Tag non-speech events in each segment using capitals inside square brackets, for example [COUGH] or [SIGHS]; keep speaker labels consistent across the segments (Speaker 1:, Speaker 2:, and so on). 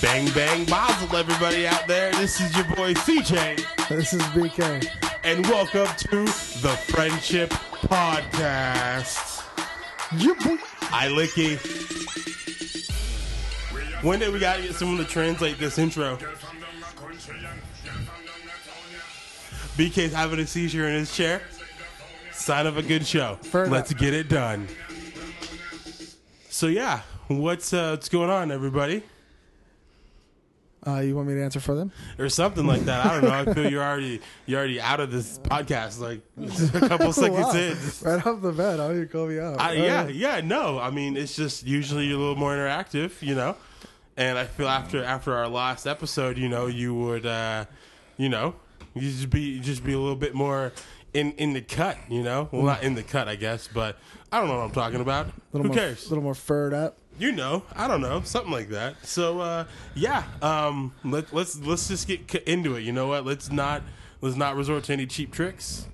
Speaker 1: gang. Mazel, everybody out there. This is your boy CJ,
Speaker 2: This is BK.
Speaker 1: and welcome to the Friendship Podcast.
Speaker 2: Your boy-
Speaker 1: I licky. One day we gotta get someone to translate this intro. BK's having a seizure in his chair. Sign of a good show.
Speaker 2: Fair enough.
Speaker 1: Let's get it done. So yeah, what's uh, what's going on, everybody?
Speaker 2: Uh, you want me to answer for them?
Speaker 1: or something like that. I don't know. I feel you're already you're already out of this podcast like [LAUGHS] a couple seconds
Speaker 2: Wow.
Speaker 1: in.
Speaker 2: Right off the bat, how you call me out?
Speaker 1: I,
Speaker 2: Uh,
Speaker 1: yeah, yeah, no. I mean, it's just usually you're a little more interactive, you know. And I feel after after our last episode, you know, you would, uh, you know, you just be just be a little bit more in in the cut, you know. Well, not in the cut, I guess, but I don't know what I'm talking about. Who
Speaker 2: little more,
Speaker 1: cares?
Speaker 2: A little more furred up.
Speaker 1: you know, I don't know, something like that. So uh, yeah, um, let, let's let's just get c- into it. You know what? Let's not let's not resort to any cheap tricks.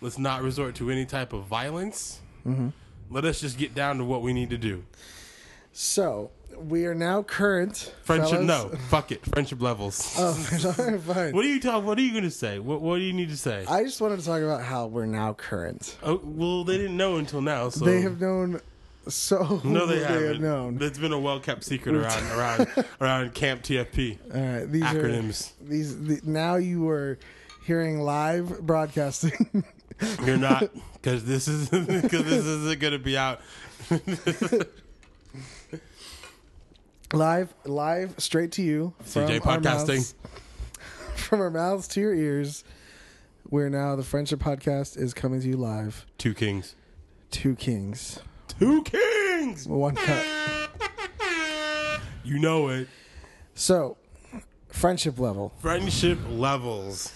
Speaker 1: Let's not resort to any type of violence.
Speaker 2: Mm-hmm.
Speaker 1: Let us just get down to what we need to do.
Speaker 2: So we are now current.
Speaker 1: Friendship,
Speaker 2: fellas.
Speaker 1: no, fuck it. Friendship levels.
Speaker 2: [LAUGHS] Oh, all right, fine.
Speaker 1: what are you talking? What are you gonna say? What What do you need to say?
Speaker 2: I just wanted to talk about how we're now current.
Speaker 1: oh, well, they didn't know until now, so
Speaker 2: They have known so.
Speaker 1: Oh. no, they,
Speaker 2: have
Speaker 1: haven't.
Speaker 2: known.
Speaker 1: It's been a well kept
Speaker 2: [LAUGHS]
Speaker 1: secret around around around Camp TFP
Speaker 2: All right, these
Speaker 1: acronyms.
Speaker 2: are these. The, now you are hearing live broadcasting. [LAUGHS]
Speaker 1: You're not because this is [LAUGHS] because this isn't gonna be out.
Speaker 2: live live straight to you from
Speaker 1: CJ
Speaker 2: our
Speaker 1: podcasting.
Speaker 2: mouths- [LAUGHS] from our mouths to your ears where now the friendship podcast is coming to you live
Speaker 1: Two kings.
Speaker 2: two kings
Speaker 1: Two kings.
Speaker 2: one cup
Speaker 1: You know it.
Speaker 2: so friendship level
Speaker 1: Friendship levels.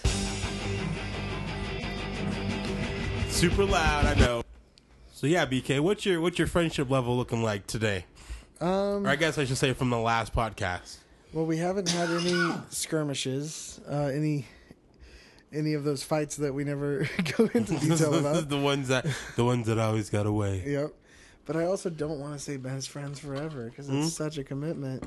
Speaker 1: Super loud. I know. So yeah, BK, what's your what's your friendship level looking like today? Um, or I guess I should say from the last
Speaker 2: [LAUGHS]
Speaker 1: podcast.
Speaker 2: well we haven't
Speaker 1: [COUGHS]
Speaker 2: had any skirmishes uh, any any of those fights that we never [LAUGHS] go into
Speaker 1: [LAUGHS]
Speaker 2: detail about
Speaker 1: the ones that the ones that always got away.
Speaker 2: yep but i also don't want to say best friends forever because
Speaker 1: Mm-hmm.
Speaker 2: it's such a commitment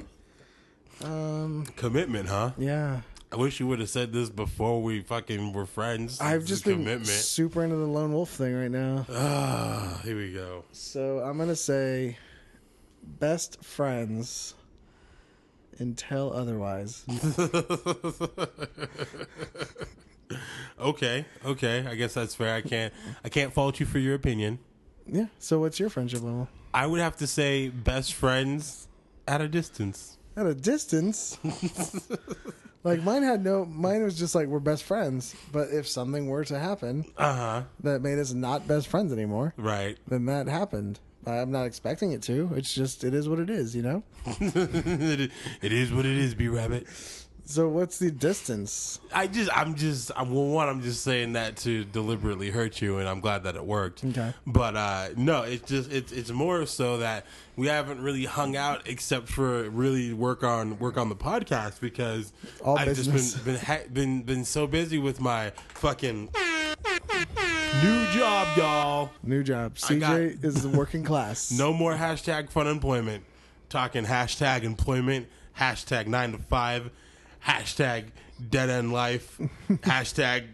Speaker 2: um
Speaker 1: Commitment, huh?
Speaker 2: yeah
Speaker 1: I wish you would have said this before we fucking were friends.
Speaker 2: I've
Speaker 1: It's
Speaker 2: just
Speaker 1: a
Speaker 2: been super into the lone wolf thing right now.
Speaker 1: Ah, here we go. [LAUGHS]
Speaker 2: So I'm gonna say best friends until otherwise.
Speaker 1: Okay, okay. I guess that's fair. I can't I can't fault you for your opinion.
Speaker 2: yeah. So what's your friendship level?
Speaker 1: I would have to say best friends at a distance. [LAUGHS] Uh-huh,
Speaker 2: At a distance. like mine had no mine was just like we're best friends. But if something were to happen
Speaker 1: Uh-huh.
Speaker 2: that made us not best friends anymore,
Speaker 1: Right. [LAUGHS]
Speaker 2: then that happened. I'm not expecting it to. It's just it is what it is, you know?
Speaker 1: it is what it is, B Rabbit.
Speaker 2: So what's the distance?
Speaker 1: I just I'm just I well one, I'm just saying that to deliberately hurt you and I'm glad that it worked.
Speaker 2: Okay.
Speaker 1: But uh no, it's just it's it's more so that we haven't really hung out except for really work on work on the podcast because
Speaker 2: All
Speaker 1: I've
Speaker 2: business.
Speaker 1: just been been ha- been been so busy with my
Speaker 2: [LAUGHS]
Speaker 1: fucking new job, y'all.
Speaker 2: New job. CJ
Speaker 1: got-
Speaker 2: is the working class.
Speaker 1: [LAUGHS] No more hashtag fun employment. Talking hashtag employment, hashtag nine to five, hashtag dead end life, hashtag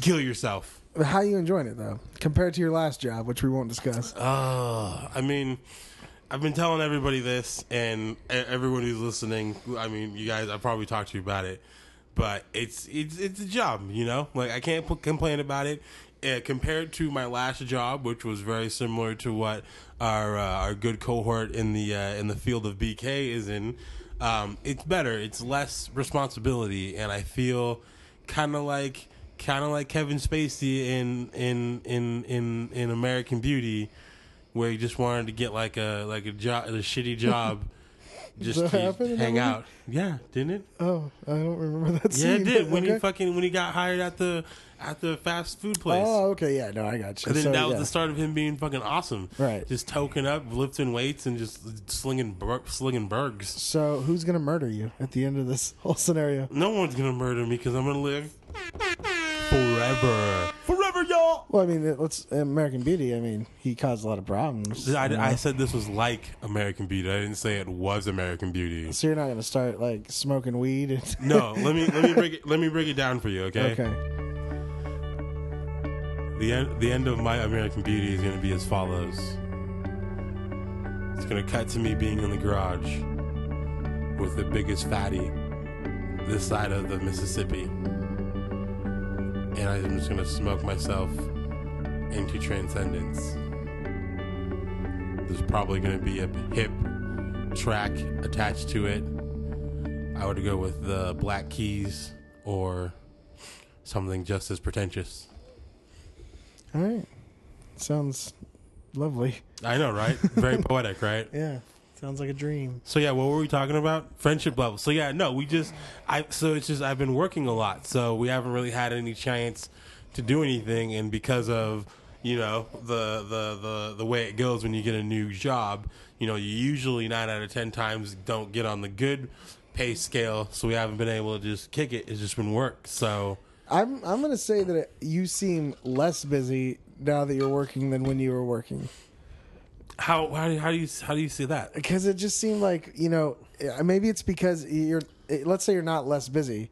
Speaker 1: kill yourself.
Speaker 2: How you enjoying it though, compared to your last job, which we won't discuss.
Speaker 1: Uh, I mean, I've been telling everybody this, and e- everyone who's listening. I mean, you guys, I probably talked to you about it, but it's it's it's a job, you know. Like I can't p- complain about it. Uh, compared to my last job, which was very similar to what our uh, our good cohort in the uh, in the field of BK is in, um, it's better. It's less responsibility, and I feel kind of like kind of like Kevin Spacey in in in in in American Beauty, where he just wanted to get like a like a job, a
Speaker 2: [LAUGHS]
Speaker 1: shitty job, just
Speaker 2: That
Speaker 1: to
Speaker 2: happened in
Speaker 1: hang
Speaker 2: that
Speaker 1: out. Yeah, didn't it?
Speaker 2: Oh, I don't remember that scene.
Speaker 1: Yeah, it did. When he
Speaker 2: Okay.
Speaker 1: fucking when he got hired at the at the fast food place.
Speaker 2: Oh, okay, yeah, no, I got you.
Speaker 1: And then
Speaker 2: So,
Speaker 1: that was
Speaker 2: yeah.
Speaker 1: the start of him being fucking awesome.
Speaker 2: Right.
Speaker 1: Just token up, lifting weights, and just slinging bur- slinging bergs.
Speaker 2: So, who's gonna murder you at the end of this [LAUGHS] whole scenario?
Speaker 1: No one's gonna murder me because I'm gonna live forever. Forever, y'all. Well,
Speaker 2: Well, I mean, it- let's American Beauty. I mean, he caused a lot of problems.
Speaker 1: I,
Speaker 2: you know?
Speaker 1: I said this was like American Beauty. I didn't say it was American Beauty.
Speaker 2: so you're not gonna start like smoking weed. And
Speaker 1: [LAUGHS]
Speaker 2: [LAUGHS]
Speaker 1: No, let me let me break it, let me break it down for you, okay?
Speaker 2: okay.
Speaker 1: The end the end of my American Beauty is going to be as follows. It's going to cut to me being in the garage with the biggest fatty this side of the Mississippi. And I'm just going to smoke myself into transcendence. There's probably going to be a hip track attached to it. I would go with the Black Keys or something just as pretentious.
Speaker 2: All right. Sounds lovely.
Speaker 1: I know, right? Very poetic, right?
Speaker 2: Yeah. Sounds like a dream.
Speaker 1: So yeah, what were we talking about? Friendship level. So yeah, no, we just I so it's just I've been working a lot, so we haven't really had any chance to do anything and because of you know the the the the way it goes when you get a new job, you know, you usually 9 out of 10 times don't get on the good pay scale, so we haven't been able to just kick it. It's just been work. So
Speaker 2: I'm I'm gonna say that it, you seem less busy now that you're working than when you were working
Speaker 1: how how do, how do you how do you see that?
Speaker 2: because it just seemed like you know eh, maybe it's because you're eh, let's say you're not less busy,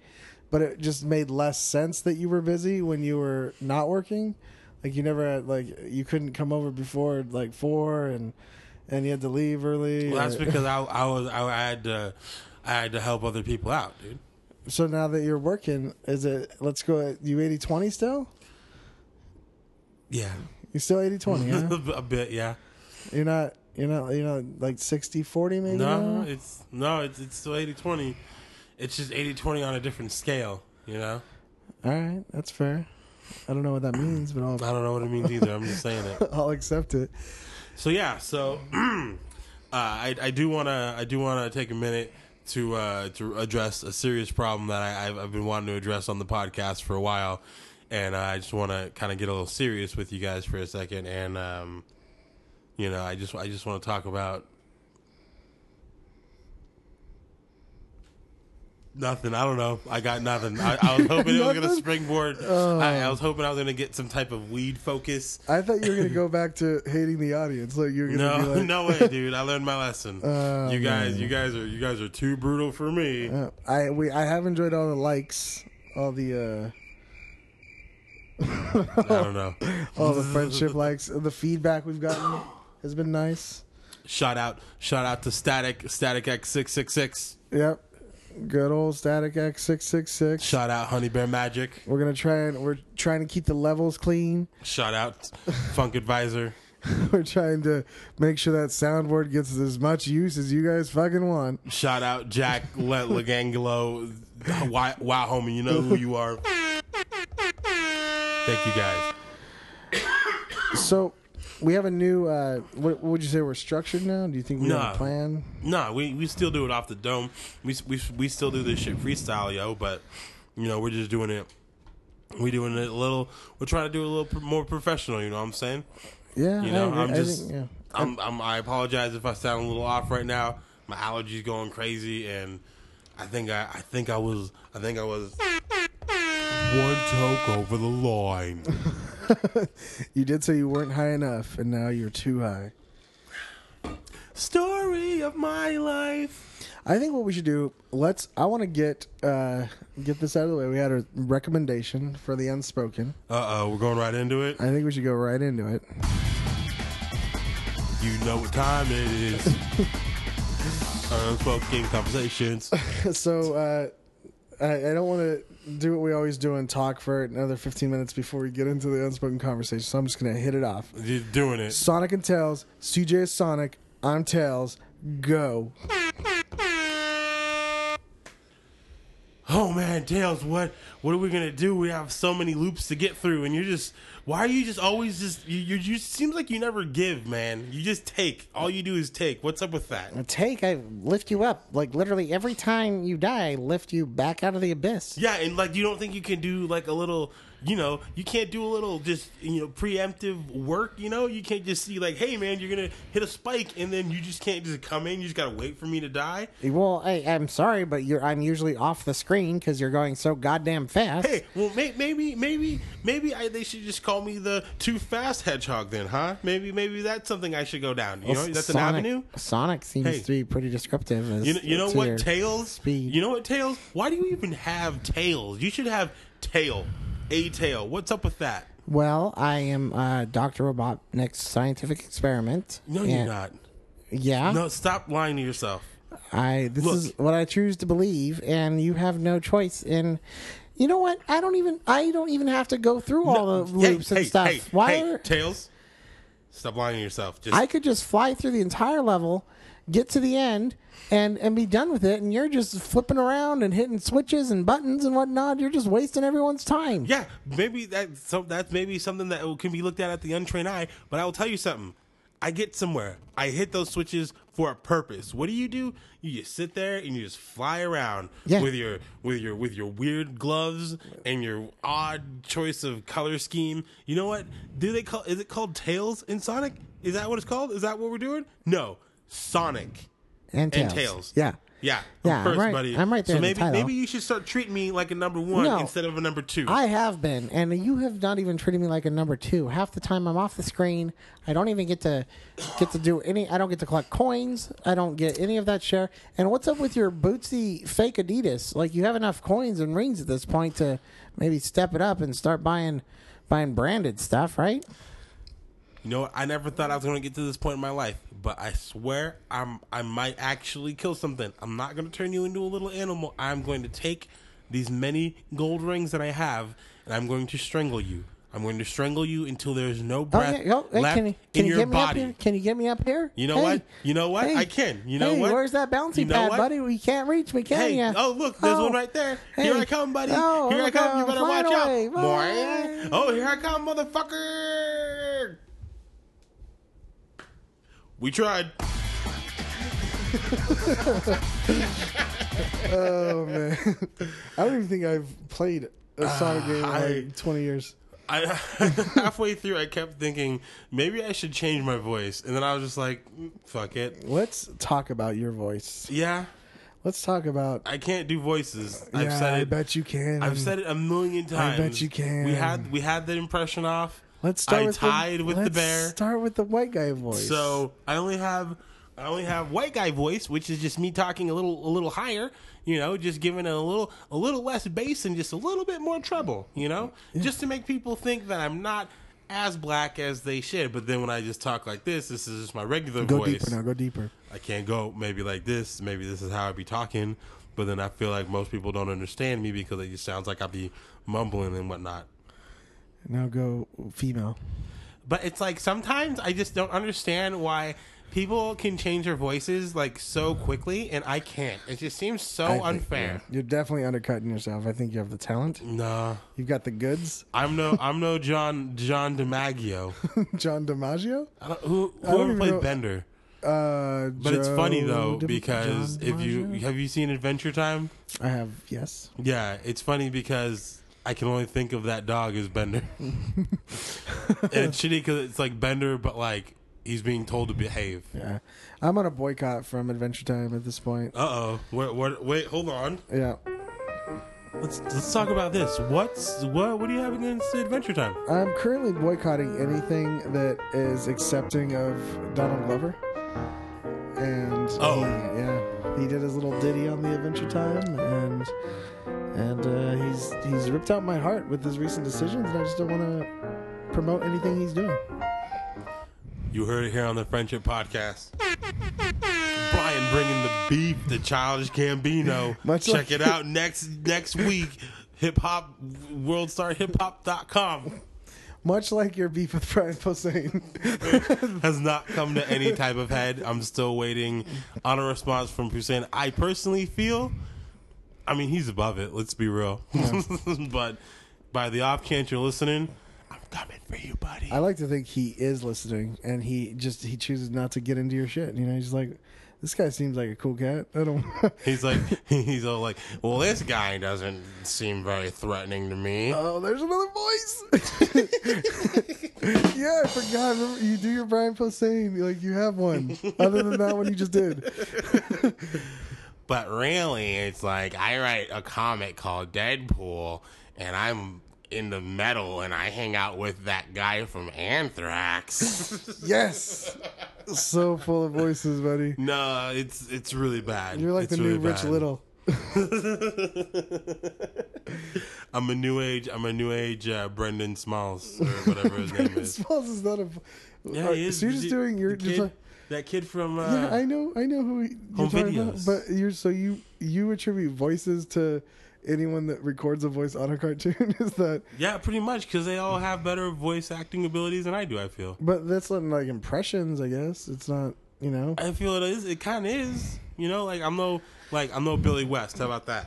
Speaker 2: but it just made less sense that you were busy when you were not working. Like you never had like you couldn't come over before like four and and you had to leave early.
Speaker 1: Well, that's
Speaker 2: or-
Speaker 1: because I I was I had to I had to help other people out, dude.
Speaker 2: so now that you're working, is it let's go you 80 20 still?
Speaker 1: Yeah.
Speaker 2: You're still 80 20, yeah?
Speaker 1: [LAUGHS] a bit, yeah.
Speaker 2: You're not you're not you know like 60 40 maybe.
Speaker 1: No,
Speaker 2: now?
Speaker 1: it's no, it's it's still 80-20. It's just 80-20 on a different scale, you know?
Speaker 2: All right, that's fair. I don't know what that means, but I'll
Speaker 1: I don't know what it means either. I'm just saying it.
Speaker 2: I'll accept it.
Speaker 1: So yeah, so [CLEARS THROAT] uh, I I do want to I do want to take a minute to uh, to address a serious problem that I, I've, I've been wanting to address on the podcast for a while, and uh, I just want to kind of get a little serious with you guys for a second, and um, you know I just I just want to talk about nothing. I don't know. I got nothing. I, I was hoping it was going to
Speaker 2: Nothing?
Speaker 1: springboard. I, I was hoping I was going to get some type of weed focus.
Speaker 2: I thought you were going to go [LAUGHS] back to hating the audience. Like you're going to
Speaker 1: No,
Speaker 2: be
Speaker 1: [LAUGHS]
Speaker 2: like
Speaker 1: no
Speaker 2: [LAUGHS]
Speaker 1: way, dude. I learned my lesson.
Speaker 2: Oh,
Speaker 1: you guys, you guys are you guys are too brutal for
Speaker 2: [LAUGHS]
Speaker 1: me.
Speaker 2: Uh, I we I have enjoyed all the likes, all the
Speaker 1: I don't know.
Speaker 2: uh all the
Speaker 1: [LAUGHS]
Speaker 2: friendship likes, the feedback we've gotten has been nice.
Speaker 1: Shout out, shout out to Static Static X six six six.
Speaker 2: Yep. Good old Static X six six six.
Speaker 1: Shout out Honey Bear Magic.
Speaker 2: We're gonna try and we're trying to keep the levels clean. [LAUGHS]
Speaker 1: Shout out Funk Advisor.
Speaker 2: We're trying to make sure that soundboard gets as much use as you guys fucking want.
Speaker 1: Shout out Jack Le- Legangelo. Why, wow, homie, you know who you
Speaker 2: [LAUGHS]
Speaker 1: are. Thank you guys.
Speaker 2: So we have a new. Uh, what would you say we're structured now? Do you think we have
Speaker 1: Nah.
Speaker 2: a plan?
Speaker 1: Nah, we, we still do it off the dome. We, we we still do this shit freestyle, yo. But you know, we're just doing it. We doing it a little. We're trying to do it a little pr- more professional. You know what I'm saying?
Speaker 2: Yeah,
Speaker 1: You know,
Speaker 2: I, agree.
Speaker 1: I'm
Speaker 2: I
Speaker 1: just.
Speaker 2: think, yeah.
Speaker 1: I'm, I'm. I apologize if I sound a little off right now. My allergies going crazy, and I think I. I think I was. I think I was. One toke over the line.
Speaker 2: You did say you weren't high enough, and now you're too high.
Speaker 1: Story of my life.
Speaker 2: I think what we should do. Let's. I want to get uh, get this out of the way. We had a recommendation for the unspoken.
Speaker 1: Uh oh, we're going right into it.
Speaker 2: I think we should go right into it. [LAUGHS]
Speaker 1: You know what time it is. Unspoken conversations.
Speaker 2: so uh, I, I don't want to do what we always do and talk for another 15 minutes before we get into the unspoken conversation. So I'm just gonna hit it off.
Speaker 1: You're doing it.
Speaker 2: Sonic and Tails. CJ is Sonic. I'm Tails. Go.
Speaker 1: Oh man, Tails, what what are we gonna do? We have so many loops to get through, and you're just why are you just always just you you you seems like you never give, man. You just take. All you do is take. What's up with that?
Speaker 3: Take, I lift you up. Like, literally, every time you die, I lift you back out of the abyss.
Speaker 1: Yeah, and like you don't think you can do like a little you know, you can't do a little just you know preemptive work. You know, you can't just see like, hey man, you're gonna hit a spike, and then you just can't just come in. You just gotta wait for me to die.
Speaker 2: Well, I, I'm sorry, but you're I'm usually off the screen because you're going so goddamn fast.
Speaker 1: Hey, well, may, maybe, maybe, maybe I, they should just call me the too fast hedgehog then, huh? Maybe, maybe that's something I should go down. You know, that's an
Speaker 2: Sonic,
Speaker 1: avenue.
Speaker 2: Sonic seems
Speaker 1: Hey.
Speaker 2: to be pretty descriptive. As,
Speaker 1: You know, you know
Speaker 2: to your
Speaker 1: what, Tails?
Speaker 2: speed.
Speaker 1: You know what, Tails? Why do you even have Tails? You should have Tail. A Tail. What's up with that?
Speaker 2: well, I am uh, Doctor Robotnik's scientific experiment.
Speaker 1: No,
Speaker 2: Yeah.
Speaker 1: you're not.
Speaker 2: Yeah,
Speaker 1: No, stop lying to yourself.
Speaker 2: I. This
Speaker 1: Look.
Speaker 2: is what I choose to believe, and you have no choice in. You know what? I don't even. I don't even have to go through all the
Speaker 1: Hey,
Speaker 2: loops and
Speaker 1: hey,
Speaker 2: stuff.
Speaker 1: hey,
Speaker 2: Why?
Speaker 1: hey,
Speaker 2: are-
Speaker 1: Tails? Stop lying to yourself. Just
Speaker 2: I could just fly through the entire level, get to the end, and and be done with it. And you're just flipping around and hitting switches and buttons and whatnot. You're just wasting everyone's time.
Speaker 1: Yeah, maybe that so that's maybe something that can be looked at at the untrained eye. But I will tell you something. I get somewhere. I hit those switches for a purpose. What do you do? You just sit there and you just fly around
Speaker 2: Yeah.
Speaker 1: with your with your with your weird gloves and your odd choice of color scheme. You know what? Do they call is it called Tails in Sonic? Is that what it's called? Is that what we're doing? No. Sonic
Speaker 2: And
Speaker 1: and
Speaker 2: tails.
Speaker 1: Tails.
Speaker 2: Yeah.
Speaker 1: Yeah.
Speaker 2: Yeah,
Speaker 1: I'm
Speaker 2: I'm
Speaker 1: first,
Speaker 2: right-
Speaker 1: buddy.
Speaker 2: I'm right there
Speaker 1: So
Speaker 2: in the
Speaker 1: maybe
Speaker 2: title.
Speaker 1: maybe you should start treating me like a number one
Speaker 2: No.
Speaker 1: instead of a number two.
Speaker 2: I have been, and you have not even treated me like a number two. Half the time I'm off the screen. I don't even get to get to do any. I don't get to collect coins. I don't get any of that share. And what's up with your bootsy fake Adidas? Like you have enough coins and rings at this point to maybe step it up and start buying buying branded stuff, right?
Speaker 1: You know, what? I never thought I was going to get to this point in my life, but I swear I'm I might actually kill something. I'm not going to turn you into a little animal. I'm going to take these many gold rings that I have and I'm going to strangle you. I'm going to strangle you until there's no breath
Speaker 2: Oh, yeah, yo, hey,
Speaker 1: left
Speaker 2: can you,
Speaker 1: in
Speaker 2: can you
Speaker 1: your
Speaker 2: get me
Speaker 1: body.
Speaker 2: up here? Can you get me up here?
Speaker 1: You know
Speaker 2: Hey.
Speaker 1: what? You know what?
Speaker 2: Hey.
Speaker 1: I can. You know
Speaker 2: Hey,
Speaker 1: what?
Speaker 2: Where's that bouncy
Speaker 1: You know
Speaker 2: pad,
Speaker 1: what?
Speaker 2: buddy? We can't reach. We can't.
Speaker 1: Hey,
Speaker 2: ya?
Speaker 1: oh look, there's
Speaker 2: Oh.
Speaker 1: one right there. Here
Speaker 2: Hey.
Speaker 1: I come, buddy.
Speaker 2: Oh,
Speaker 1: here I
Speaker 2: look
Speaker 1: come.
Speaker 2: out.
Speaker 1: you better
Speaker 2: Fly
Speaker 1: watch
Speaker 2: away.
Speaker 1: out.
Speaker 2: Bye.
Speaker 1: Boy. Oh, here I come, motherfucker. We tried.
Speaker 4: Oh man, I don't even think I've played a Sonic game in
Speaker 1: I-
Speaker 4: like twenty years.
Speaker 1: I [LAUGHS] halfway through I kept thinking maybe I should change my voice and then I was just like "Mm, fuck it.
Speaker 4: Let's talk about your voice.
Speaker 1: Yeah,
Speaker 4: Let's talk about.
Speaker 1: I can't do voices. I've
Speaker 4: yeah,
Speaker 1: said
Speaker 4: I
Speaker 1: it
Speaker 4: bet you can.
Speaker 1: I've said it a million times.
Speaker 4: bet you can.
Speaker 1: We had we had the impression off.
Speaker 4: Let's start
Speaker 1: I
Speaker 4: with
Speaker 1: tied
Speaker 4: the,
Speaker 1: with the
Speaker 4: let's
Speaker 1: bear.
Speaker 4: Start with the white guy voice.
Speaker 1: So I only have I only have white guy voice, which is just me talking a little a little higher, you know, just giving it a little a little less bass and just a little bit more treble, you know, just to make people think that I'm not as black as they should. But then when I just talk like this, this is just my regular
Speaker 4: go
Speaker 1: voice.
Speaker 4: deeper now. Go deeper.
Speaker 1: I can't go maybe like this. Maybe this is how I be talking. But then I feel like most people don't understand me because it just sounds like I be mumbling and whatnot.
Speaker 4: Now go female.
Speaker 1: But it's like sometimes I just don't understand why people can change their voices like so quickly and I can't. It just seems so
Speaker 4: I think,
Speaker 1: unfair.
Speaker 4: yeah, you're definitely undercutting yourself. I think you have the talent.
Speaker 1: Nah.
Speaker 4: You've got the goods, [LAUGHS]
Speaker 1: I'm no I'm no John John DiMaggio.
Speaker 4: John DiMaggio.
Speaker 1: I don't- Who
Speaker 4: don't
Speaker 1: whoever
Speaker 4: even
Speaker 1: played
Speaker 4: know-
Speaker 1: Bender.
Speaker 4: Uh,
Speaker 1: But it's funny though because
Speaker 4: John
Speaker 1: if you
Speaker 4: DiMaggio?
Speaker 1: have you seen Adventure Time?
Speaker 4: I have yes.
Speaker 1: Yeah, it's funny because I can only think of that dog as
Speaker 4: [LAUGHS]
Speaker 1: Bender. and it's shitty cuz it's like Bender but like he's being told to behave.
Speaker 4: Yeah, I'm on a boycott from Adventure Time at this point.
Speaker 1: Uh-oh. What what wait, hold on.
Speaker 4: Yeah,
Speaker 1: Let's let's talk about this. What's what? What do you have against Adventure Time?
Speaker 4: I'm currently boycotting anything that is accepting of Donald Glover. And
Speaker 1: Oh.
Speaker 4: he- yeah, he did his little ditty on the Adventure Time, and and uh, he's he's ripped out my heart with his recent decisions, and I just don't want to promote anything he's doing.
Speaker 1: You heard it here on the Friendship Podcast. Brian bringing the beef to Childish [LAUGHS] Gambino.
Speaker 4: Much
Speaker 1: Check
Speaker 4: like-
Speaker 1: it out next next week. Hip hop worldstarhiphop.com
Speaker 4: Much like your beef with Brian Posehn. [LAUGHS]
Speaker 1: has not come to any type of head. I'm still waiting on a response from Hussein. I personally feel, I mean, he's above it. Let's be real. [LAUGHS] but by the off chance you're listening, I'm coming for you, buddy.
Speaker 4: I like to think he is listening, and he just he chooses not to get into your shit. You know, he's like, this guy seems like a cool cat. I don't. [LAUGHS]
Speaker 1: He's like, [LAUGHS] he's all like, well, this guy doesn't seem very threatening to me.
Speaker 4: oh, there's another voice. [LAUGHS] yeah, I forgot. Remember, you do your Brian Posehn. Like you have one. Other than that one you just did.
Speaker 1: But really, it's like I write a comic called Deadpool, and I'm in the metal, and I hang out with that guy from
Speaker 4: [LAUGHS]
Speaker 1: Anthrax. [LAUGHS]
Speaker 4: Yes. So full of voices, buddy.
Speaker 1: no, it's it's really bad.
Speaker 4: You're like
Speaker 1: It's
Speaker 4: the new
Speaker 1: really
Speaker 4: Rich
Speaker 1: bad.
Speaker 4: Little.
Speaker 1: I'm a new age. I'm a new age uh, Brendan
Speaker 4: [LAUGHS]
Speaker 1: Smalls or whatever his name is.
Speaker 4: Smalls is not a.
Speaker 1: Yeah, he is.
Speaker 4: So you're just
Speaker 1: The-
Speaker 4: doing. You're
Speaker 1: the
Speaker 4: just
Speaker 1: kid-
Speaker 4: like,
Speaker 1: that kid from. Uh,
Speaker 4: yeah, I know. I know who
Speaker 1: home
Speaker 4: you're talking about.
Speaker 1: videos.
Speaker 4: But you're so you you attribute voices to anyone that records a voice on a cartoon [LAUGHS] is that
Speaker 1: Yeah, pretty much because they all have better voice acting abilities than I do. I feel.
Speaker 4: but that's not like impressions i guess it's not you know
Speaker 1: I feel it is. It kind of is. You know, like I'm no like I'm no Billy West. How about that?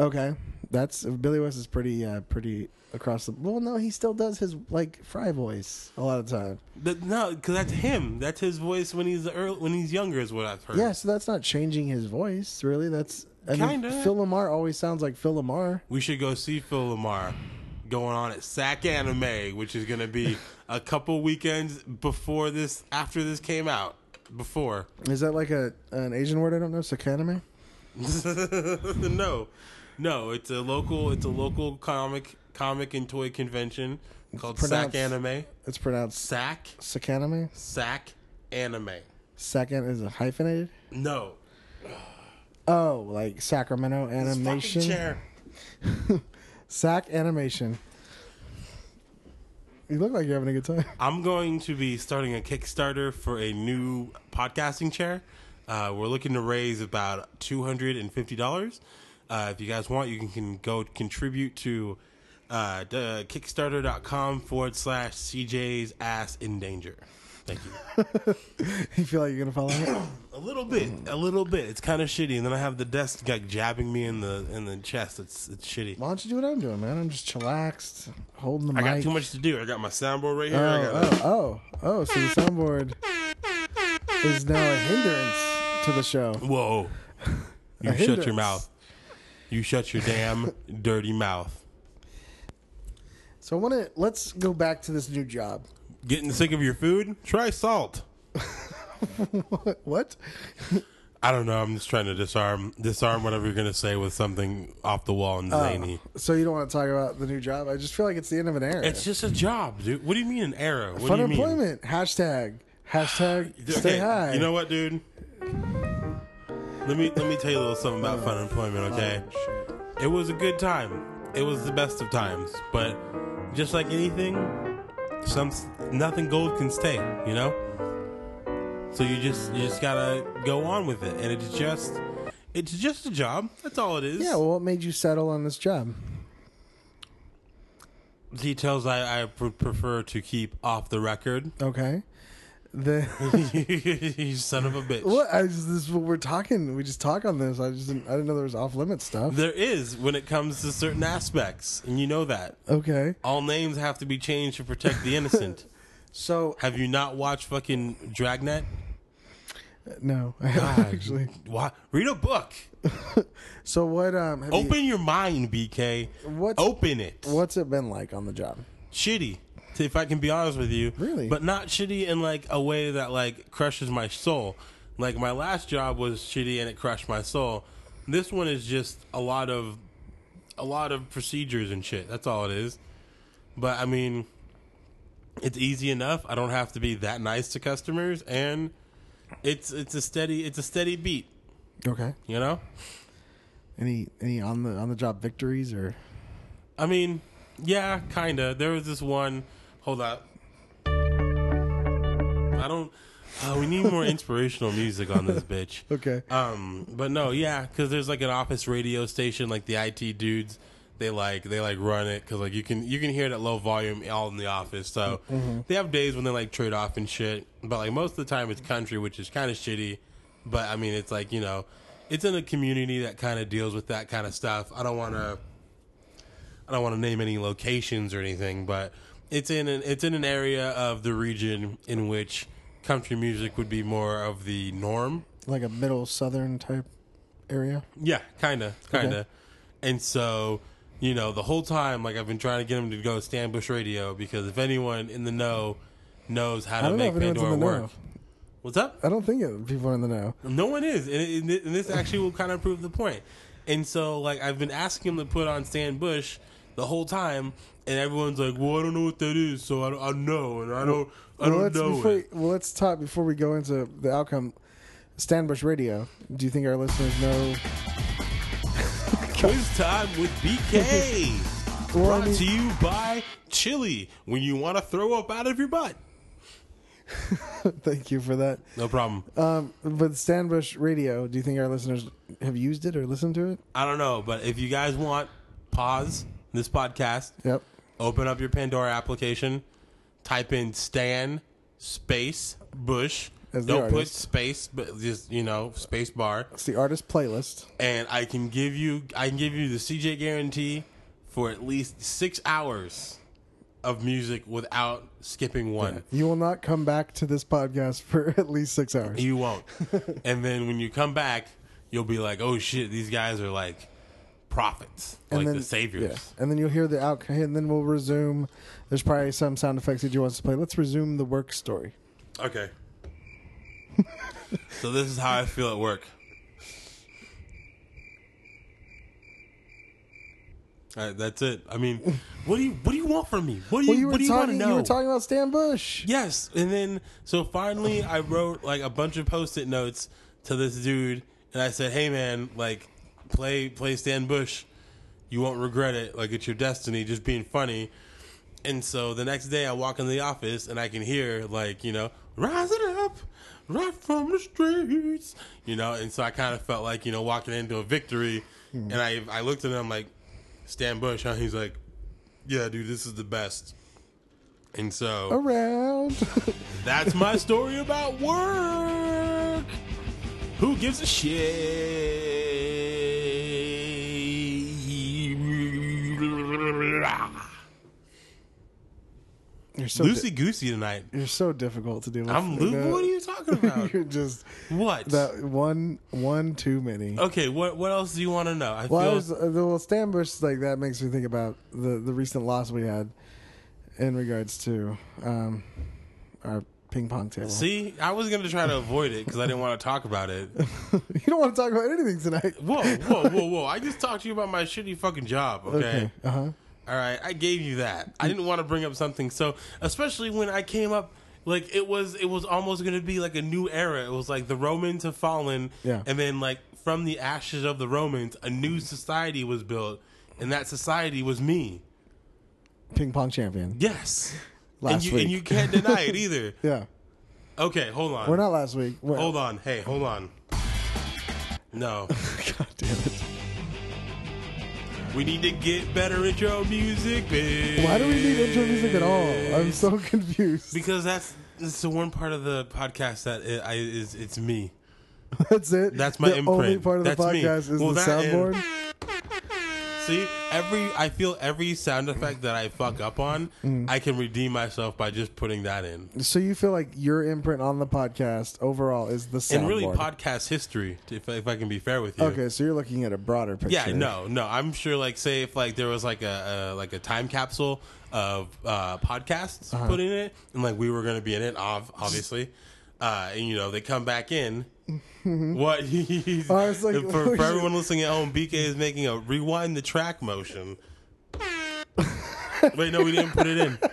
Speaker 4: okay that's billy west is pretty uh pretty across the well no he still does his like fry voice a lot of time
Speaker 1: But no, because that's him. That's his voice when he's early, when he's younger is what I've heard.
Speaker 4: yeah so that's not changing his voice really that's I
Speaker 1: Kinda.
Speaker 4: mean, Phil Lamar always sounds like Phil Lamar.
Speaker 1: We should go see Phil Lamar going on at Sac Anime, which is going to be a couple weekends before this, after this came out. Before. [LAUGHS]
Speaker 4: Is that like a an Asian word I don't know? Sakaname?
Speaker 1: no, no, it's a local, it's a local comic, comic and toy convention called Sac
Speaker 4: Pronounced-
Speaker 1: Anime.
Speaker 4: It's pronounced
Speaker 1: Sac,
Speaker 4: Sakaname.
Speaker 1: Sac Anime.
Speaker 4: Second is it hyphenated?
Speaker 1: No.
Speaker 4: Oh, like Sacramento
Speaker 1: This fucking
Speaker 4: animation.
Speaker 1: chair.
Speaker 4: Sac animation. You look like you're having a good time. [LAUGHS]
Speaker 1: I'm going to be starting a Kickstarter for a new podcasting chair. Uh, we're looking to raise about two hundred and fifty dollars. Uh, if you guys want, you can, can go contribute to uh, the Kickstarter.com forward slash CJ's ass in danger. Thank you.
Speaker 4: You feel like you're gonna fall out?
Speaker 1: A little bit, a little bit. It's kind of shitty, and then I have the desk like jabbing me in the in the chest. It's it's shitty.
Speaker 4: [COUGHS] Why don't you do what I'm doing, man? I'm just chillaxed, holding the
Speaker 1: I
Speaker 4: mic.
Speaker 1: got too much to do. I got my soundboard right here. I got
Speaker 4: Oh, oh, oh, oh! So the soundboard is now a hindrance to the show.
Speaker 1: Whoa. You shut your
Speaker 4: hindrance.
Speaker 1: mouth. You shut your
Speaker 4: [LAUGHS]
Speaker 1: damn dirty mouth.
Speaker 4: So I want to let's go back to this new job. [LAUGHS]
Speaker 1: Getting sick of your food? Try salt.
Speaker 4: What?
Speaker 1: I don't know. I'm just trying to disarm disarm whatever you're gonna say with something off the wall
Speaker 4: Uh,
Speaker 1: and zany.
Speaker 4: So you don't want to talk about the new job? I just feel like it's the end of an era.
Speaker 1: It's just a job, dude. What do you mean an arrow? What
Speaker 4: fun
Speaker 1: do you mean?
Speaker 4: employment hashtag
Speaker 1: [SIGHS]
Speaker 4: hashtag stay
Speaker 1: Okay,
Speaker 4: high.
Speaker 1: You know what, dude? Let me let me tell you a little something about fun
Speaker 4: Uh,
Speaker 1: employment, okay? It was a good time. It was the best of times, but just like anything, some nothing gold can stay, you know. So you just you just gotta go on with it, and it's just it's just a job. That's all it is.
Speaker 4: Yeah. Well, what made you settle on this job?
Speaker 1: Details I I would prefer to keep off the record. [LAUGHS]
Speaker 4: Okay. The [LAUGHS]
Speaker 1: you son of a bitch.
Speaker 4: what? I just, this is what we're talking. We just talk on this. I just didn't, I didn't know there was off limit stuff.
Speaker 1: There is when it comes to certain aspects, and you know that.
Speaker 4: Okay.
Speaker 1: All names have to be changed to protect the
Speaker 4: [LAUGHS]
Speaker 1: innocent.
Speaker 4: So
Speaker 1: have you not watched fucking Dragnet?
Speaker 4: no, [LAUGHS] I haven't actually.
Speaker 1: Why? Read a book.
Speaker 4: So what? Um. Have
Speaker 1: Open your mind, BK.
Speaker 4: What's-
Speaker 1: Open it.
Speaker 4: You, what's it been like on the job?
Speaker 1: Shitty. If I can be honest with you,
Speaker 4: Really?
Speaker 1: but not shitty in like a way that like crushes my soul. Like my last job was shitty and it crushed my soul. This one is just a lot of a lot of procedures and shit. That's all it is. But I mean, it's easy enough. I don't have to be that nice to customers, and it's it's a steady it's a steady beat.
Speaker 4: Okay.
Speaker 1: You know,
Speaker 4: Any any on the on the job victories or?
Speaker 1: I mean, yeah, kinda. There was this one. Hold up. I don't. Uh, we need more inspirational music on this bitch.
Speaker 4: Okay.
Speaker 1: Um, but no, yeah, because there's like an office radio station, like the IT dudes. They like they like run it because like you can you can hear it at low volume all in the office. So they have days when they like trade off and shit. But like most of the time it's country, which is kind of shitty. But I mean it's like you know, it's in a community that kind of deals with that kind of stuff. I don't want to. I don't want to name any locations or anything, but it's in an it's in an area of the region in which country music would be more of the norm.
Speaker 4: like a middle southern type area.
Speaker 1: Yeah, kind of, kind of. And so, you know, the whole time, like I've been trying to get him to go to Stanbush Radio because if anyone in the know knows how
Speaker 4: I
Speaker 1: to
Speaker 4: don't know
Speaker 1: make
Speaker 4: if anyone's
Speaker 1: Pandora
Speaker 4: in the
Speaker 1: work,
Speaker 4: know.
Speaker 1: what's up?
Speaker 4: I don't think it, people are in the know.
Speaker 1: No one is, and, it, and it- and this actually will kind of prove the point. And so, like I've been asking him to put on Stan Bush the whole time, and everyone's like, "Well, I don't know what that is, so I, don't- I know, and I don't, I don't
Speaker 4: well, let's,
Speaker 1: know
Speaker 4: before,
Speaker 1: it."
Speaker 4: well, let's talk before we go into the outcome. Stanbush Radio. Do you think our listeners know? [LAUGHS]
Speaker 1: Quiz time with BK.
Speaker 4: [LAUGHS] Well, I
Speaker 1: Brought
Speaker 4: mean-
Speaker 1: to you by Chili when you want to throw up out of your butt.
Speaker 4: Thank you for that.
Speaker 1: No problem.
Speaker 4: Um, but Stanbush Radio. Do you think our listeners have used it or listened to it?
Speaker 1: I don't know, but if you guys want, pause this podcast,
Speaker 4: Yep.
Speaker 1: open up your Pandora application, type in Stan space Bush.
Speaker 4: As the
Speaker 1: Don't put
Speaker 4: artist.
Speaker 1: space, but just you know space bar,
Speaker 4: It's the artist playlist.
Speaker 1: and I can give you I can give you the CJ guarantee for at least six hours of music without skipping one.
Speaker 4: You will not come back to this podcast for [LAUGHS] at least six hours.
Speaker 1: You won't. [LAUGHS] and then when you come back, you'll be like, "Oh shit, these guys are like prophets, like the saviors."
Speaker 4: yeah. And then you'll hear the outcome, and then we'll resume. There's probably some sound effects that you want us to play. Let's resume the work story.
Speaker 1: Okay. [LAUGHS] so this is how I feel at work. All right, that's it. I mean, what do you what do you want from me? What do you,
Speaker 4: Well, you were
Speaker 1: what do you want to
Speaker 4: talking. You,
Speaker 1: know?
Speaker 4: were talking about Stan Bush.
Speaker 1: Yes, and then so finally I wrote like a bunch of post-it notes to this dude, and I said, "Hey man, like play play Stan Bush, you won't regret it. Like it's your destiny, just being funny." And so the next day I walk in the office and I can hear like you know rising up right from the streets, you know, and so I kind of felt like you know walking into a victory, and I I looked at him like Stan Bush, huh? He's like, "Yeah, dude, this is the best." And
Speaker 4: Oh,
Speaker 1: so
Speaker 4: Around. [LAUGHS]
Speaker 1: that's my story about work. Who gives a shit?
Speaker 4: you're so. di-
Speaker 1: Loosey goosey tonight.
Speaker 4: you're so difficult to deal with.
Speaker 1: I'm
Speaker 4: You
Speaker 1: Luke.
Speaker 4: know?
Speaker 1: What are you
Speaker 4: [LAUGHS]
Speaker 1: talking about? Oh,
Speaker 4: you're just
Speaker 1: What?
Speaker 4: that one one too many.
Speaker 1: Okay. What? What else do you want to know? I
Speaker 4: Well, I
Speaker 1: feel.
Speaker 4: was, uh, the- well, Stan Bush like that makes me think about the the recent loss we had in regards to um, our ping pong table.
Speaker 1: see, I was gonna try to avoid it because I didn't want to talk about it.
Speaker 4: [LAUGHS] you don't want to talk about anything tonight. [LAUGHS]
Speaker 1: Whoa, whoa, whoa, whoa! I just talked to you about my shitty fucking job.
Speaker 4: Okay. Uh huh.
Speaker 1: All right, I gave you that.
Speaker 4: Mm.
Speaker 1: I didn't want to bring up something so, especially when I came up, like it was, it was almost going to be like a new era. It was like the Romans have fallen,
Speaker 4: Yeah.
Speaker 1: and then like from the ashes of the Romans, a new society was built, and that society was me.
Speaker 4: Ping pong champion.
Speaker 1: Yes, and
Speaker 4: Last
Speaker 1: you and
Speaker 4: week.
Speaker 1: you can't deny
Speaker 4: [LAUGHS]
Speaker 1: it either.
Speaker 4: Yeah.
Speaker 1: Okay, hold on,
Speaker 4: We're not last week. We're,
Speaker 1: hold on, hey, hold on. No,
Speaker 4: [LAUGHS] God damn it.
Speaker 1: we need to get better intro music.
Speaker 4: Why do we need intro music at all? I'm so confused.
Speaker 1: Because that's it's the one part of the podcast that i I is it's me.
Speaker 4: that's it.
Speaker 1: That's my
Speaker 4: the
Speaker 1: imprint.
Speaker 4: only part of the
Speaker 1: That's me.
Speaker 4: podcast is
Speaker 1: Well,
Speaker 4: the
Speaker 1: that and-
Speaker 4: soundboard.
Speaker 1: See, every I feel every sound effect that I fuck up on, I can redeem myself by just putting that in.
Speaker 4: So you feel like your imprint on the podcast overall is the soundboard.
Speaker 1: And really, podcast history. If if I can be fair with you.
Speaker 4: Okay, so you're looking at a broader picture.
Speaker 1: Yeah, no, no. I'm sure. Like, say if like there was like a, a like a time capsule of uh, podcasts
Speaker 4: Uh-huh.
Speaker 1: put in it, and like we were gonna be in it, ov- obviously. Uh, and you know they come back in. what [LAUGHS] he's
Speaker 4: Mm-hmm. Oh, I was like,
Speaker 1: for, for everyone listening at home, BK is making a rewind the track motion. Wait, no, we didn't put it in.
Speaker 4: [LAUGHS]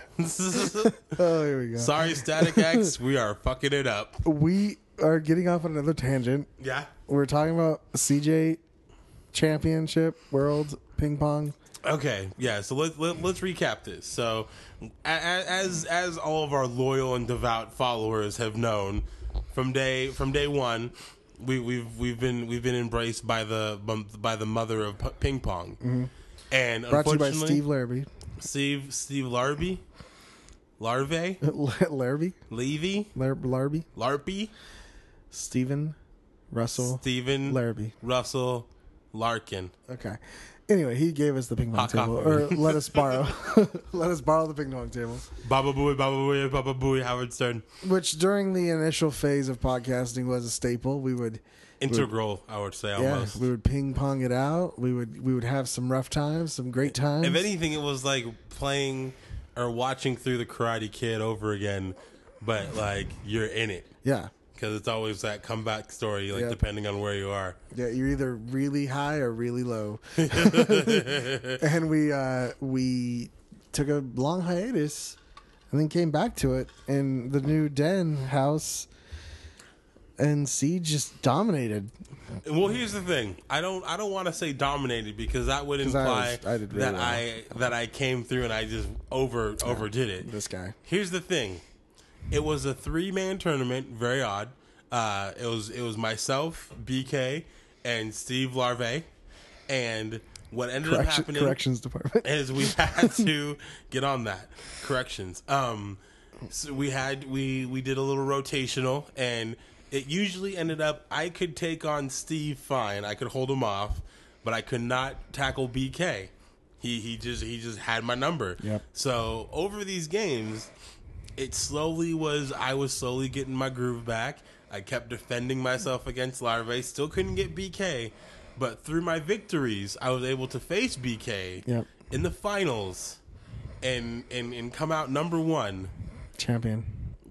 Speaker 4: Oh, here we
Speaker 1: [LAUGHS]
Speaker 4: go.
Speaker 1: Sorry, Static X, we are fucking it up.
Speaker 4: we are getting off on another tangent.
Speaker 1: Yeah.
Speaker 4: We're talking about CJ Championship World Ping Pong.
Speaker 1: Okay, yeah. So let, let, let's recap this. So, a- a- as as all of our loyal and devout followers have known, from day from day one, we, we've we've been we've been embraced by the by the mother of p- ping pong, and
Speaker 4: Mm-hmm. Brought to you by
Speaker 1: unfortunately,
Speaker 4: Steve Larrabee. [LAUGHS]
Speaker 1: Steve Steve Larby, Larve,
Speaker 4: Larrabee?
Speaker 1: Levy,
Speaker 4: Lar- Larrabee?
Speaker 1: Larpy,
Speaker 4: Stephen Russell
Speaker 1: Stephen
Speaker 4: Larrabee.
Speaker 1: Russell Larkin.
Speaker 4: Okay. Anyway, he gave us the ping pong
Speaker 1: Hot
Speaker 4: table,
Speaker 1: coffee.
Speaker 4: or let us
Speaker 1: [LAUGHS]
Speaker 4: borrow, [LAUGHS] let us borrow the ping pong table.
Speaker 1: Baba Booey, Baba Booey, Baba Booey, Howard Stern.
Speaker 4: Which during the initial phase of podcasting was a staple. We would,
Speaker 1: Integral, I would say
Speaker 4: yeah,
Speaker 1: almost.
Speaker 4: we would ping pong it out. We would, we would have some rough times, some great times.
Speaker 1: If anything, it was like playing or watching through the Karate Kid over again, but like you're in it
Speaker 4: yeah,
Speaker 1: because it's always that comeback story, like
Speaker 4: Yeah.
Speaker 1: depending on where you are.
Speaker 4: Yeah, you're either really high or
Speaker 1: [LAUGHS]
Speaker 4: really low. [LAUGHS] and we uh, we took a long hiatus and then came back to it in the new den house and Siege just dominated.
Speaker 1: Well, here's the thing. I don't. I don't want to say dominated because that would
Speaker 4: 'Cause I was-
Speaker 1: imply
Speaker 4: I did really
Speaker 1: that
Speaker 4: well.
Speaker 1: I that I came through and I just over overdid it.
Speaker 4: This guy.
Speaker 1: Here's the thing. It was a three man tournament. Very odd. Uh, it was it was myself, BK, and Steve Larve, and what ended up
Speaker 4: Correction,
Speaker 1: happening
Speaker 4: corrections department.
Speaker 1: is we had to get on that corrections. Um, so we had we we did a little rotational, and it usually ended up I could take on Steve fine, I could hold him off, but I could not tackle BK. He he just he just had my number.
Speaker 4: Yep.
Speaker 1: So over these games, it slowly was I was slowly getting my groove back. I kept defending myself against Larvae, still couldn't get BK, but through my victories, I was able to face BK
Speaker 4: Yep.
Speaker 1: in the finals and and and come out number 1,
Speaker 4: Champion.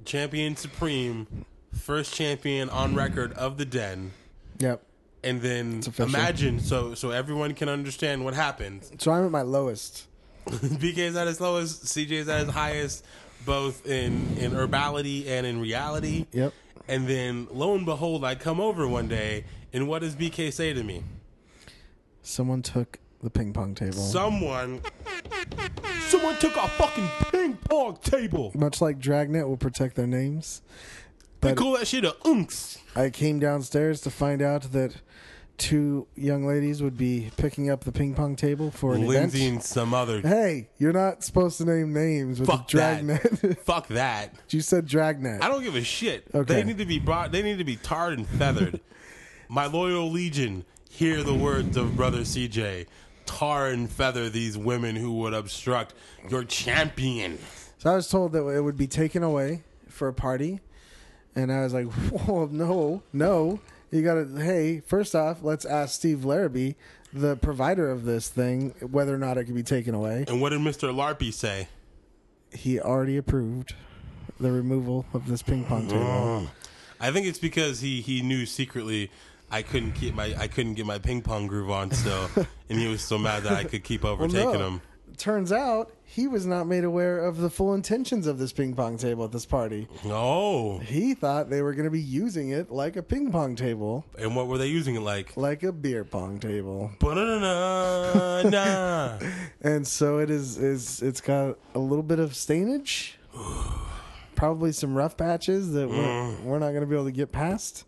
Speaker 1: champion supreme, first champion on record of the den.
Speaker 4: Yep.
Speaker 1: And then
Speaker 4: official.
Speaker 1: imagine so so everyone can understand what happened. [LAUGHS]
Speaker 4: So I'm at my lowest.
Speaker 1: BK's at his lowest, CJ's at his highest, both in in herbality and in reality.
Speaker 4: Yep.
Speaker 1: And then lo and behold, I come over one day, and what does BK say to me?
Speaker 4: Someone took the ping pong table.
Speaker 1: Someone, someone took our fucking ping pong table.
Speaker 4: Much like Dragnet will protect their names.
Speaker 1: They
Speaker 4: But-
Speaker 1: call that shit a unks.
Speaker 4: I came downstairs to find out that two young ladies would be picking up the ping pong table for an
Speaker 1: Lindsay
Speaker 4: event.
Speaker 1: and some other.
Speaker 4: Hey, you're not supposed to name names with
Speaker 1: Fuck
Speaker 4: the dragnet. [LAUGHS]
Speaker 1: that. Fuck that.
Speaker 4: you said dragnet.
Speaker 1: I don't give a shit.
Speaker 4: Okay.
Speaker 1: They need to be brought. They need to be tarred and
Speaker 4: [LAUGHS]
Speaker 1: feathered. My loyal legion, hear the words of brother CJ. Tar and feather these women who would obstruct your champion.
Speaker 4: so I was told that it would be taken away for a party, and I was like, [LAUGHS] "Whoa, no, no! You gotta. Hey, first off, let's ask Steve Larrabee, the provider of this thing, whether or not it could be taken away.
Speaker 1: And what did Mister Larpy say?
Speaker 4: He already approved the removal of this ping pong table.
Speaker 1: I think it's because he he knew secretly I couldn't keep my I couldn't get my ping pong groove on
Speaker 4: [LAUGHS]
Speaker 1: still, and he was so mad that I could keep overtaking
Speaker 4: no.
Speaker 1: him.
Speaker 4: Turns out he was not made aware of the full intentions of this ping pong table at this party.
Speaker 1: Oh,
Speaker 4: He thought they were going to be using it like a ping pong table,
Speaker 1: and what were they using it like?
Speaker 4: like a beer pong table.
Speaker 1: Ba-da-da-da-da.
Speaker 4: And so it is is it's got a little bit of stainage, [SIGHS] probably some rough patches that
Speaker 1: Mm.
Speaker 4: we're, we're not going to be able to get past.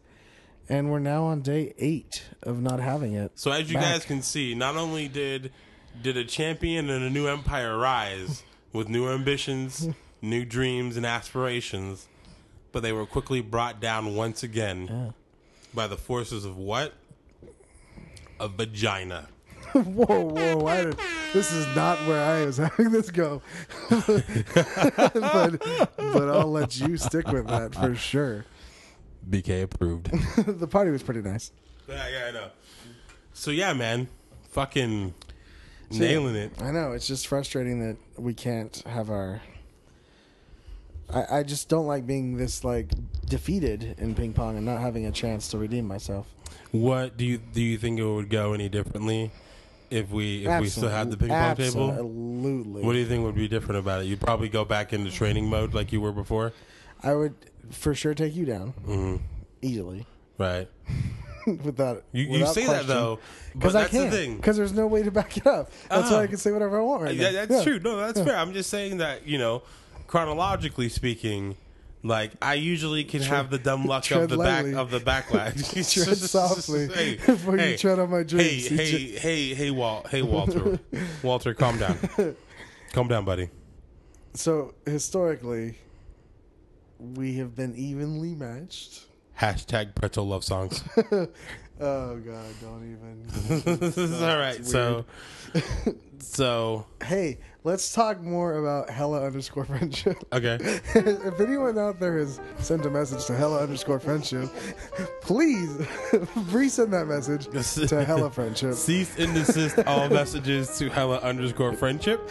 Speaker 4: And we're now on day 8 of not having it.
Speaker 1: So as you
Speaker 4: back. [LAUGHS]
Speaker 1: guys can see, not only did did a champion and a new empire rise with new ambitions, new dreams and aspirations, but they were quickly brought down once again by the forces of what? A vagina.
Speaker 4: Whoa, whoa! I did, this is not where I was [LAUGHS] having this go, but but I'll let you stick with that for sure. [LAUGHS]
Speaker 1: BK approved.
Speaker 4: the party was pretty nice.
Speaker 1: [LAUGHS] yeah, yeah, I know. So yeah, man, fucking nailing it.
Speaker 4: I know it's just frustrating that we can't have our. I, I just don't like being this like defeated in ping pong and not having a chance to redeem myself.
Speaker 1: What do you do? You think it would go any differently if we if we still had the ping pong table?
Speaker 4: Absolutely.
Speaker 1: What do you think would be different about it? You'd probably go back into training mode like you were before,
Speaker 4: I would for sure take you down
Speaker 1: Mm-hmm.
Speaker 4: easily [LAUGHS]
Speaker 1: right?
Speaker 4: without.
Speaker 1: You, you
Speaker 4: without
Speaker 1: say
Speaker 4: question.
Speaker 1: that though, but
Speaker 4: Because I
Speaker 1: that's
Speaker 4: can't.
Speaker 1: the thing.
Speaker 4: Because there's no way to back it up. That's why
Speaker 1: Uh-huh.
Speaker 4: I can say whatever I want right
Speaker 1: Yeah,
Speaker 4: now.
Speaker 1: that's true. No, that's fair. I'm just saying that you know, chronologically speaking, like I usually can have the dumb luck of
Speaker 4: tread
Speaker 1: the back
Speaker 4: lightly.
Speaker 1: of the
Speaker 4: [LAUGHS]
Speaker 1: backlash. [LAUGHS]
Speaker 4: Tread softly before you tread on my dreams,
Speaker 1: Hey, hey, hey, hey, Walt, hey, Walter, Walter, calm
Speaker 4: [LAUGHS]
Speaker 1: down, calm down, buddy.
Speaker 4: So historically, we have been evenly matched. [LAUGHS]
Speaker 1: Hashtag pretzel love songs. [LAUGHS]
Speaker 4: Oh God, don't even.
Speaker 1: this is all right.
Speaker 4: It's
Speaker 1: So, so
Speaker 4: Hey, let's talk more about Hella underscore friendship.
Speaker 1: okay.
Speaker 4: [LAUGHS] if anyone out there has sent a message to Hella underscore friendship, please [LAUGHS] resend that message to
Speaker 1: [LAUGHS]
Speaker 4: Hella friendship.
Speaker 1: Cease and desist
Speaker 4: [LAUGHS]
Speaker 1: all messages to hella underscore friendship.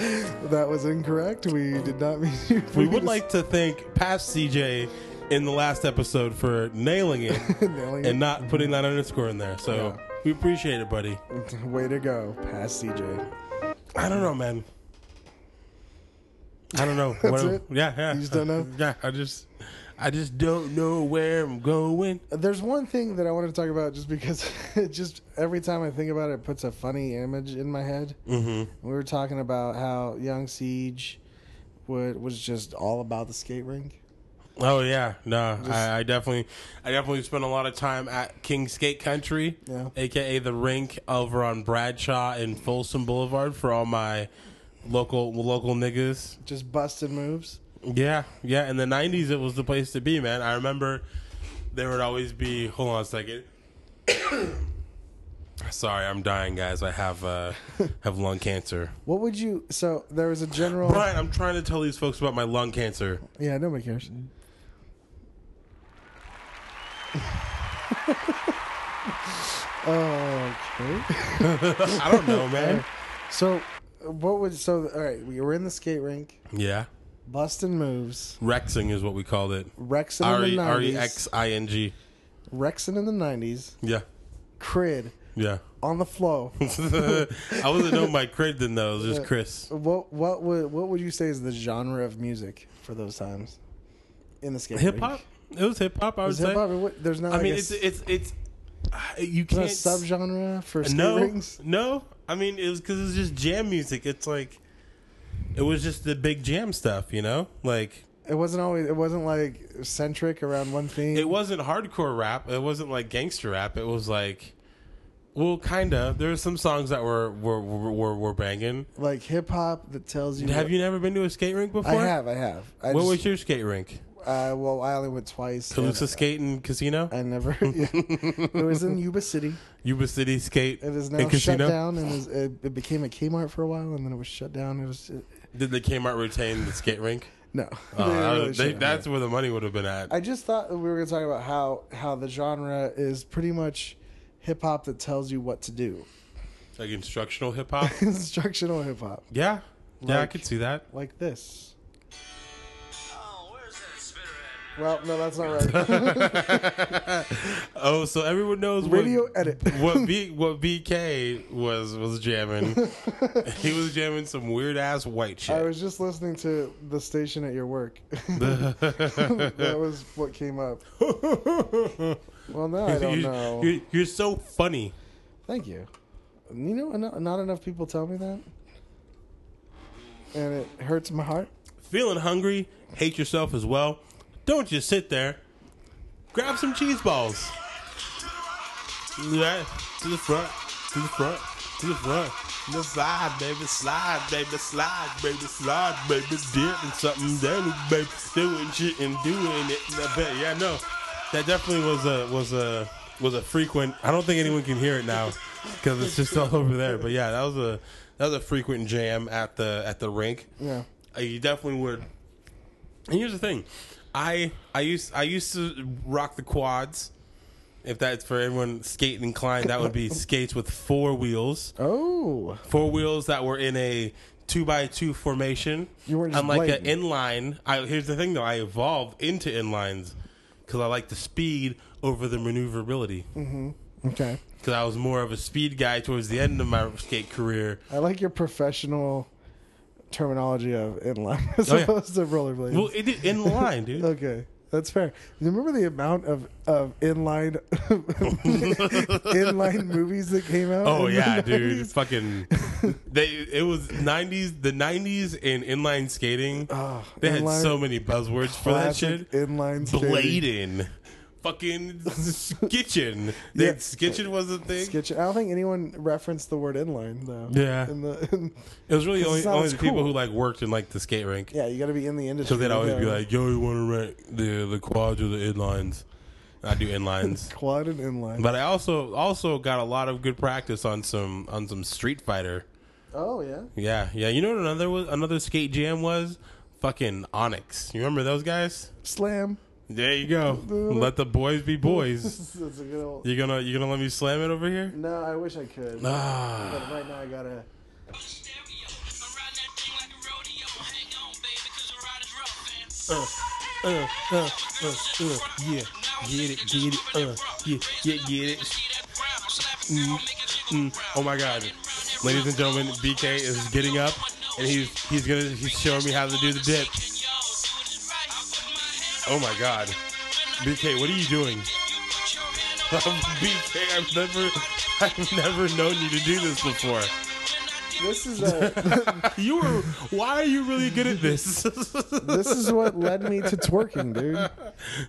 Speaker 4: That was incorrect. We did not mean. to-
Speaker 1: We would like to thank past CJ in the last episode for nailing it
Speaker 4: [LAUGHS] Nailing it.
Speaker 1: and not putting that underscore in there. So
Speaker 4: Yeah.
Speaker 1: we appreciate it, buddy.
Speaker 4: Way to go, past CJ.
Speaker 1: I don't know, man. I don't know.
Speaker 4: [LAUGHS] That's it?
Speaker 1: Yeah, yeah.
Speaker 4: You just don't know?
Speaker 1: Yeah, I just, I just don't know where I'm going.
Speaker 4: There's one thing that I wanted to talk about just because [LAUGHS] it just every time I think about it, it puts a funny image in my head.
Speaker 1: Mm-hmm.
Speaker 4: We were talking about how Young Siege would, was just all about the skate rink.
Speaker 1: Oh yeah, no, I, I definitely, I definitely spent a lot of time at King Skate Country,
Speaker 4: Yeah.
Speaker 1: aka the rink over on Bradshaw and Folsom Boulevard for all my local local niggas.
Speaker 4: Just busted moves.
Speaker 1: Yeah, yeah. In the '90s, it was the place to be, man. I remember there would always be. Hold on a second. [COUGHS] Sorry, I'm dying, guys. I have uh, have lung cancer.
Speaker 4: What would you? So there was a general.
Speaker 1: Brian, I'm trying to tell these folks about my lung cancer. [LAUGHS]
Speaker 4: Yeah, nobody cares. okay.
Speaker 1: I don't know,
Speaker 4: [LAUGHS]
Speaker 1: man.
Speaker 4: So, what would so? All right, we were in the skate rink,
Speaker 1: Yeah,
Speaker 4: busting moves,
Speaker 1: Rexing is what we called it.
Speaker 4: Rexing
Speaker 1: R
Speaker 4: in
Speaker 1: e
Speaker 4: the
Speaker 1: r e
Speaker 4: nineties,
Speaker 1: x i n g.
Speaker 4: Rexing in the nineties,
Speaker 1: Yeah,
Speaker 4: crid
Speaker 1: yeah. [LAUGHS]
Speaker 4: on the flow.
Speaker 1: I wasn't known by Craig then though. It was just Chris.
Speaker 4: what what would what would you say is the genre of music for those times in the skate
Speaker 1: Hip hop. It was hip hop. I would
Speaker 4: Is
Speaker 1: say.
Speaker 4: hip hop? what- There's not.
Speaker 1: I
Speaker 4: Like
Speaker 1: mean,
Speaker 4: a,
Speaker 1: it's
Speaker 4: it's
Speaker 1: it's it's. uh, You
Speaker 4: a
Speaker 1: can't
Speaker 4: subgenre for skate
Speaker 1: Uh, no,
Speaker 4: rinks.
Speaker 1: No, I mean it was because it was just jam music. It's like it was just the big jam stuff, you know. Like
Speaker 4: It wasn't always. It wasn't like centric around one thing.
Speaker 1: it wasn't hardcore rap. It wasn't like gangster rap. It was like, well, kinda. There were some songs that were were were, were, were banging.
Speaker 4: like hip hop that tells you.
Speaker 1: Have you never been to a skate rink before?
Speaker 4: I have. I have. I
Speaker 1: What
Speaker 4: just,
Speaker 1: was your skate rink?
Speaker 4: uh, well, I only went twice. and
Speaker 1: Calusa Skate and Casino,
Speaker 4: I never. [LAUGHS] yeah. It was in Yuba City.
Speaker 1: Yuba City Skate
Speaker 4: It is now
Speaker 1: and
Speaker 4: shut
Speaker 1: Casino.
Speaker 4: down, and is, it, it became a Kmart for a while, and then it was shut down. It was
Speaker 1: Did the Kmart retain the skate
Speaker 4: [LAUGHS]
Speaker 1: rink?
Speaker 4: no.
Speaker 1: Oh,
Speaker 4: They
Speaker 1: that
Speaker 4: really
Speaker 1: was- they-
Speaker 4: shouldn't have.
Speaker 1: that's where the money would have been at.
Speaker 4: I just thought that we were going to talk about how how the genre is pretty much hip hop that tells you what to do. [LAUGHS]
Speaker 1: like instructional hip hop.
Speaker 4: Instructional hip hop
Speaker 1: yeah, yeah, I
Speaker 4: Like-
Speaker 1: could see that. [LAUGHS]
Speaker 4: like this.
Speaker 5: Oh, where's that spitter at?
Speaker 4: Well, no, that's not right.
Speaker 1: Oh, so everyone knows
Speaker 4: Radio
Speaker 1: what,
Speaker 4: edit.
Speaker 1: [LAUGHS] what
Speaker 4: [LAUGHS]
Speaker 1: B what BK was was jamming. [LAUGHS] [LAUGHS] he was jamming some weird ass white
Speaker 4: [LAUGHS] I
Speaker 1: shit.
Speaker 4: was just listening to the station at your work. [LAUGHS]
Speaker 1: [LAUGHS]
Speaker 4: that was what came up. Well, now I don't
Speaker 1: you're,
Speaker 4: know.
Speaker 1: You're, you're so funny.
Speaker 4: Thank you. You know, eno- not enough people tell me that, and it hurts my heart.
Speaker 1: Feeling hungry? Hate yourself as well. Don't just sit there. Grab some cheese balls. Yeah, to the front, to the front, to the front. To the side, baby, slide, baby, slide, baby, slide, baby, dip and something dirty, baby, doing shit and doing it. I bet, yeah, no, that definitely was a was a was a frequent. I don't think anyone can hear it now because it's just all over there. But yeah, that was a that was a frequent jam at the at the rink.
Speaker 4: Yeah.
Speaker 1: Uh, You definitely would. And here's the thing, I I used I used to rock the quads. If that's for everyone skate inclined, that would
Speaker 4: [LAUGHS]
Speaker 1: be skates with four wheels,
Speaker 4: Oh,
Speaker 1: four wheels that were in a two by two formation.
Speaker 4: You weren't just
Speaker 1: unlike an
Speaker 4: blading.
Speaker 1: inline. I, here's the thing though, I evolved into inlines because I like the speed over the maneuverability. Because
Speaker 4: Mm-hmm. okay.
Speaker 1: I was more of a speed guy towards the end of my skate career.
Speaker 4: I like your professional terminology of inline as
Speaker 1: Oh, yeah.
Speaker 4: opposed to rollerblades.
Speaker 1: Well, it, inline, dude.
Speaker 4: okay, that's fair. You remember the amount of of inline [LAUGHS] inline movies that came out?
Speaker 1: Oh
Speaker 4: in the
Speaker 1: yeah, dude!
Speaker 4: 90s?
Speaker 1: Fucking, they it was '90s, the '90s in inline skating.
Speaker 4: Oh,
Speaker 1: they had
Speaker 4: inline-
Speaker 1: so many buzzwords for that shit.
Speaker 4: Classic inline skating.
Speaker 1: Blading, fucking
Speaker 4: [LAUGHS]
Speaker 1: skitching. They,
Speaker 4: Yeah.
Speaker 1: Skitching was a thing.
Speaker 4: Sketch- I don't think anyone referenced the word inline though.
Speaker 1: Yeah.
Speaker 4: In the, in,
Speaker 1: It was really
Speaker 4: 'Cause
Speaker 1: only,
Speaker 4: it's not
Speaker 1: only
Speaker 4: as
Speaker 1: the people
Speaker 4: cool.
Speaker 1: who like worked in like the skate rink.
Speaker 4: yeah, you got to be in the industry.
Speaker 1: So they'd always be
Speaker 4: Yeah.
Speaker 1: like, "Yo, you want to rent the the quads or the inlines?" I do
Speaker 4: [LAUGHS]
Speaker 1: inlines.
Speaker 4: Quad and inline.
Speaker 1: But I also also got a lot of good practice on some on some Street Fighter.
Speaker 4: oh yeah.
Speaker 1: Yeah, yeah. You know what another was another skate jam was? Fucking Onyx. You remember those guys?
Speaker 4: Slam.
Speaker 1: There you go. Let the boys be boys.
Speaker 4: That's a good old.
Speaker 1: You gonna you gonna let me slam it over here?
Speaker 4: No, I wish I could.
Speaker 1: Ah.
Speaker 4: But right now I gotta.
Speaker 1: Uh, yeah, get it, get it, uh, yeah, yeah, get it. Oh my God, ladies and gentlemen, BK is getting up, and he's he's gonna he's showing me how to do the dip. Oh my God, BK, what are you doing? [LAUGHS] BK, I've never I've never known you to do this before.
Speaker 4: This is a.
Speaker 1: You were why are you really good at this? [LAUGHS]
Speaker 4: [LAUGHS] this is what led me to twerking, dude.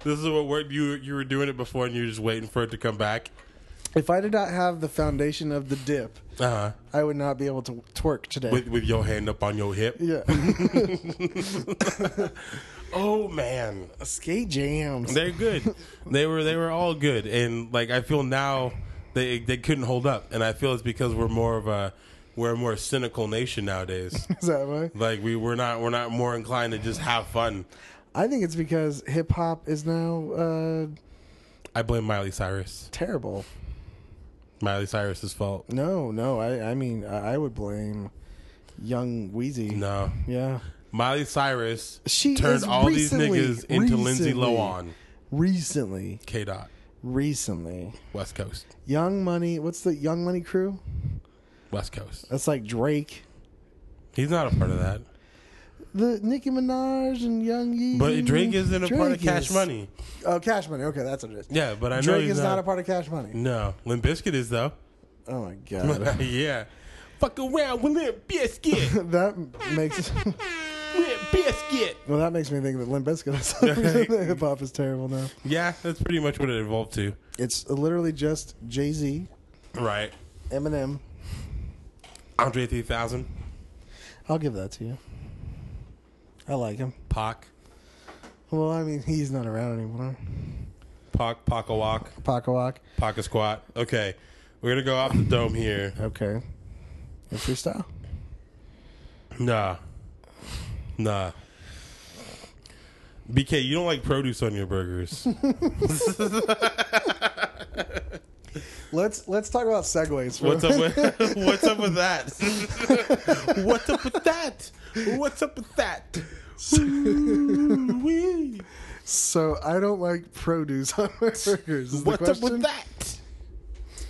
Speaker 1: this is what worked. You you were doing it before, and you're just waiting for it to come back.
Speaker 4: If I did not have the foundation of the dip,
Speaker 1: Uh huh.
Speaker 4: I would not be able to twerk today.
Speaker 1: With Mhm. with your hand up on your hip. [LAUGHS]
Speaker 4: yeah.
Speaker 1: Oh man,
Speaker 4: Skate jams.
Speaker 1: they're good. they were they were all good, and like I feel now they they couldn't hold up, and I feel it's because we're more of a we're a more cynical nation nowadays.
Speaker 4: Is that right?
Speaker 1: like we we're not we're not more inclined to just have fun.
Speaker 4: I think it's because hip hop is now uh,
Speaker 1: I blame Miley Cyrus.
Speaker 4: terrible.
Speaker 1: Miley Cyrus's fault.
Speaker 4: No, no. I, I mean, I, I would blame Young Wheezy.
Speaker 1: No,
Speaker 4: Yeah.
Speaker 1: Miley Cyrus
Speaker 4: She
Speaker 1: turned
Speaker 4: is
Speaker 1: all
Speaker 4: recently-
Speaker 1: these niggas into Lindsay
Speaker 4: recently.
Speaker 1: Lohan.
Speaker 4: Recently,
Speaker 1: K dot
Speaker 4: recently,
Speaker 1: West Coast.
Speaker 4: Young Money. What's the Young Money crew?
Speaker 1: West Coast.
Speaker 4: That's like Drake,
Speaker 1: He's not a part of that.
Speaker 4: the Nicki Minaj, and Young Yeezy.
Speaker 1: But Drake isn't a part of
Speaker 4: Mm-hmm. Drake
Speaker 1: Cash
Speaker 4: is-
Speaker 1: Money.
Speaker 4: Oh, Cash Money. Okay, that's what it is.
Speaker 1: Yeah, but I know
Speaker 4: Drake
Speaker 1: he's
Speaker 4: is
Speaker 1: not.
Speaker 4: not. a part of Cash Money.
Speaker 1: No, Limp Bizkit is though. [LAUGHS]
Speaker 4: Oh my god,
Speaker 1: yeah. Fuck around with Limp Bizkit.
Speaker 4: that
Speaker 1: [LAUGHS]
Speaker 4: makes
Speaker 1: Limp Bizkit.
Speaker 4: well, that makes me think that Limp
Speaker 1: [LAUGHS]
Speaker 4: Bizkit is the reason that hip hop is terrible now.
Speaker 1: Yeah, that's pretty much what it evolved to.
Speaker 4: It's literally just Jay Z,
Speaker 1: Right.
Speaker 4: Eminem.
Speaker 1: Andre 3000,
Speaker 4: I'll give that to you. I like him.
Speaker 1: Pac,
Speaker 4: Well, I mean, he's not around anymore.
Speaker 1: Pac, Pac a walk,
Speaker 4: Pac Walk.
Speaker 1: Pac a squat. Okay, we're gonna go off the dome here.
Speaker 4: Okay. And freestyle.
Speaker 1: Nah, nah. BK, you don't like produce on your burgers.
Speaker 4: Let's let's talk about segues. For
Speaker 1: What's up with [LAUGHS] What's up with that? [LAUGHS] what's up with that? What's up with that? Ooh-wee.
Speaker 4: [LAUGHS] So I don't like produce on my burgers. Is
Speaker 1: What's
Speaker 4: the
Speaker 1: up with
Speaker 4: question?
Speaker 1: that?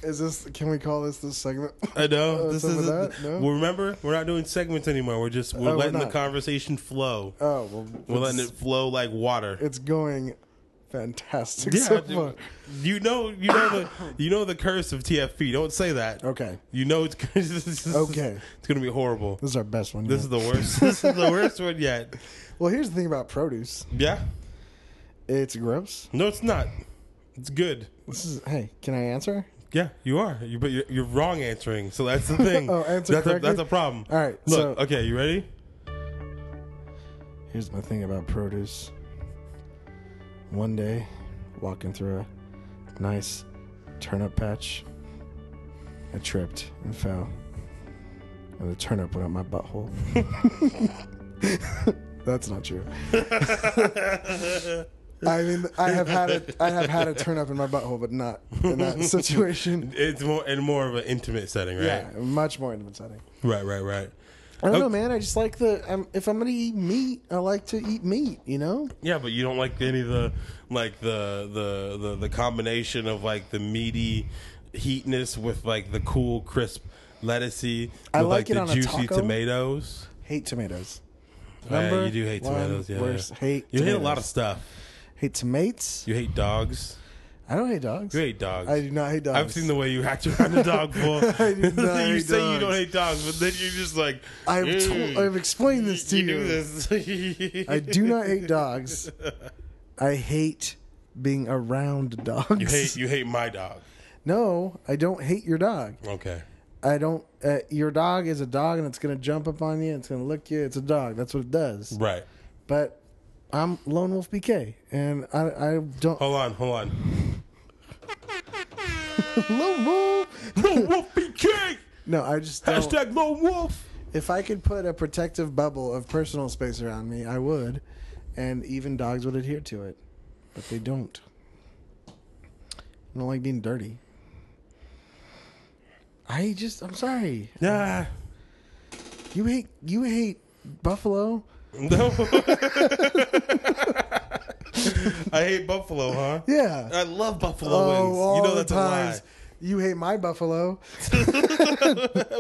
Speaker 4: Is this? Can we call this this segment?
Speaker 1: I know
Speaker 4: Uh,
Speaker 1: this
Speaker 4: some
Speaker 1: is.
Speaker 4: of that? No?
Speaker 1: Well, remember, we're not doing segments anymore. We're just we're
Speaker 4: Oh, we're
Speaker 1: letting the
Speaker 4: not.
Speaker 1: conversation flow.
Speaker 4: [LAUGHS] Oh well,
Speaker 1: we're
Speaker 4: it's,
Speaker 1: letting it flow like water.
Speaker 4: it's going fantastic
Speaker 1: Yeah,
Speaker 4: so
Speaker 1: dude.
Speaker 4: far.
Speaker 1: you know, you know the you know the curse of TFP. Don't say that.
Speaker 4: Okay,
Speaker 1: You know it's [LAUGHS]
Speaker 4: Okay.
Speaker 1: It's gonna be horrible.
Speaker 4: this is our best one.
Speaker 1: This
Speaker 4: yet.
Speaker 1: is the worst. [LAUGHS] this is the worst one yet.
Speaker 4: well, here's the thing about produce.
Speaker 1: Yeah.
Speaker 4: It's gross.
Speaker 1: No, it's not. It's good.
Speaker 4: This is. Hey, can I answer?
Speaker 1: Yeah, you are. You, but you're, you're wrong answering. So that's the
Speaker 4: [LAUGHS]
Speaker 1: thing.
Speaker 4: Oh,
Speaker 1: that's
Speaker 4: answer
Speaker 1: a,
Speaker 4: correctly?
Speaker 1: that's a problem.
Speaker 4: All right,
Speaker 1: Look.
Speaker 4: so-
Speaker 1: okay, you ready?
Speaker 4: Here's my thing about produce. One day, walking through a nice turnip patch, I tripped and fell. And the turnip went up my butthole. [LAUGHS] That's not true. [LAUGHS] I mean, I have had a, I have had a turnip in my butthole, but not in that situation.
Speaker 1: It's more in more of an intimate setting, right?
Speaker 4: Yeah, much more intimate setting.
Speaker 1: Right, right, right.
Speaker 4: I don't know,
Speaker 1: Okay.
Speaker 4: man. I just like the. Um, if I'm gonna eat meat, I like to eat meat. You know.
Speaker 1: Yeah, but you don't like any of the like the the the, the combination of like the meaty heatness with like the cool crisp lettucey.
Speaker 4: I
Speaker 1: with,
Speaker 4: like it
Speaker 1: the
Speaker 4: on a
Speaker 1: juicy
Speaker 4: taco.
Speaker 1: tomatoes.
Speaker 4: Hate tomatoes.
Speaker 1: Oh, yeah,
Speaker 4: Number
Speaker 1: you do hate
Speaker 4: one
Speaker 1: tomatoes. Yeah,
Speaker 4: worst
Speaker 1: yeah.
Speaker 4: hate
Speaker 1: you hate a
Speaker 4: tomatoes.
Speaker 1: lot of stuff.
Speaker 4: Hate tomatoes.
Speaker 1: You hate dogs.
Speaker 4: I don't hate dogs.
Speaker 1: You hate dogs.
Speaker 4: I do not hate dogs.
Speaker 1: I've seen the way you act around a dog bull.
Speaker 4: [LAUGHS] I do not
Speaker 1: [LAUGHS] you
Speaker 4: hate
Speaker 1: say you don't
Speaker 4: dogs.
Speaker 1: hate dogs, but then you're just like,
Speaker 4: I've,
Speaker 1: "Ew,
Speaker 4: to- I've explained this to
Speaker 1: you
Speaker 4: you.
Speaker 1: do this.
Speaker 4: I do not hate dogs. I hate being around dogs.
Speaker 1: [LAUGHS] You hate you hate my dog.
Speaker 4: [LAUGHS] No, I don't hate your dog.
Speaker 1: Okay.
Speaker 4: I don't. Uh, your dog is a dog, and it's gonna jump up on you. It's gonna lick you. It's a dog. That's what it does.
Speaker 1: Right.
Speaker 4: But I'm Lone Wolf BK, and I I don't
Speaker 1: Hold on, hold
Speaker 4: [LAUGHS]
Speaker 1: on.
Speaker 4: Lone Wolf.
Speaker 1: Lone Wolf BK!
Speaker 4: No, I just don't.
Speaker 1: Hashtag Lone Wolf!
Speaker 4: If I could put a protective bubble of personal space around me, I would, and even dogs would adhere to it, but they don't. I don't like being dirty. I just I'm sorry.
Speaker 1: Nah.
Speaker 4: You hate you hate buffalo.
Speaker 1: No. [LAUGHS] I hate Buffalo, huh?
Speaker 4: Yeah. Oh,
Speaker 1: I love Buffalo wings.
Speaker 4: all
Speaker 1: You know
Speaker 4: the
Speaker 1: that's a lie.
Speaker 4: times You hate my buffalo, [LAUGHS]
Speaker 1: [LAUGHS]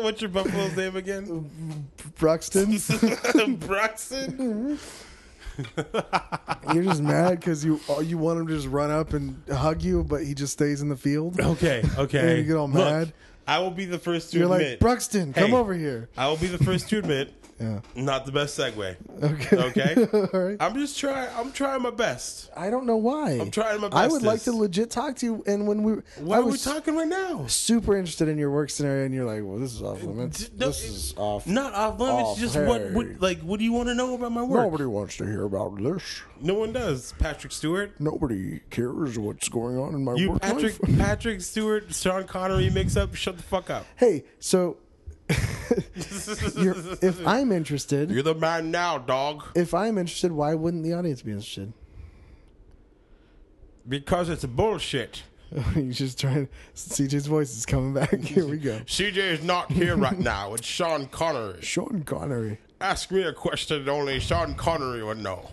Speaker 1: What's your Buffalo's name again?
Speaker 4: Bruxton.
Speaker 1: [LAUGHS] Broxton?
Speaker 4: You're just mad because you oh, you want him to just run up and hug you, but he just stays in the field.
Speaker 1: Okay, okay.
Speaker 4: And you get all
Speaker 1: Look,
Speaker 4: mad.
Speaker 1: I will be the first to
Speaker 4: You're
Speaker 1: admit.
Speaker 4: like Bruxton, come
Speaker 1: Hey.
Speaker 4: over here.
Speaker 1: I will be the first to admit,
Speaker 4: [LAUGHS] Yeah.
Speaker 1: not the best segue.
Speaker 4: Okay.
Speaker 1: Okay?
Speaker 4: All right.
Speaker 1: I'm just trying. I'm trying my best.
Speaker 4: I don't know why.
Speaker 1: I'm trying my
Speaker 4: I would
Speaker 1: bestest.
Speaker 4: like to legit talk to you, and when we,
Speaker 1: Why
Speaker 4: I
Speaker 1: are we
Speaker 4: was
Speaker 1: talking right now?
Speaker 4: super interested in your work scenario, and you're like, "Well, this is off limits.
Speaker 1: D- no,
Speaker 4: this
Speaker 1: it-
Speaker 4: is off.
Speaker 1: Not off limits.
Speaker 4: Oh,
Speaker 1: just what,
Speaker 4: hey.
Speaker 1: what, like, what do you want to know about my work?
Speaker 4: Nobody wants to hear about this.
Speaker 1: No one does. Patrick Stewart.
Speaker 4: Nobody cares what's going on in my
Speaker 1: You
Speaker 4: work
Speaker 1: Patrick
Speaker 4: life."
Speaker 1: Patrick Stewart, Sean Connery mix up. Shut the fuck up.
Speaker 4: [LAUGHS] Hey, so
Speaker 1: [LAUGHS]
Speaker 4: you're, if I'm interested,
Speaker 1: You're the man now, dog.
Speaker 4: if I'm interested, why wouldn't the audience be interested? [LAUGHS]
Speaker 1: Because it's bullshit.
Speaker 4: He's just trying. CJ's voice is coming back. [LAUGHS] Here
Speaker 1: [LAUGHS]
Speaker 4: we go.
Speaker 1: CJ is not here
Speaker 4: [LAUGHS]
Speaker 1: right now. It's Sean Connery.
Speaker 4: Sean Connery.
Speaker 1: Ask me a question that only Sean Connery would know.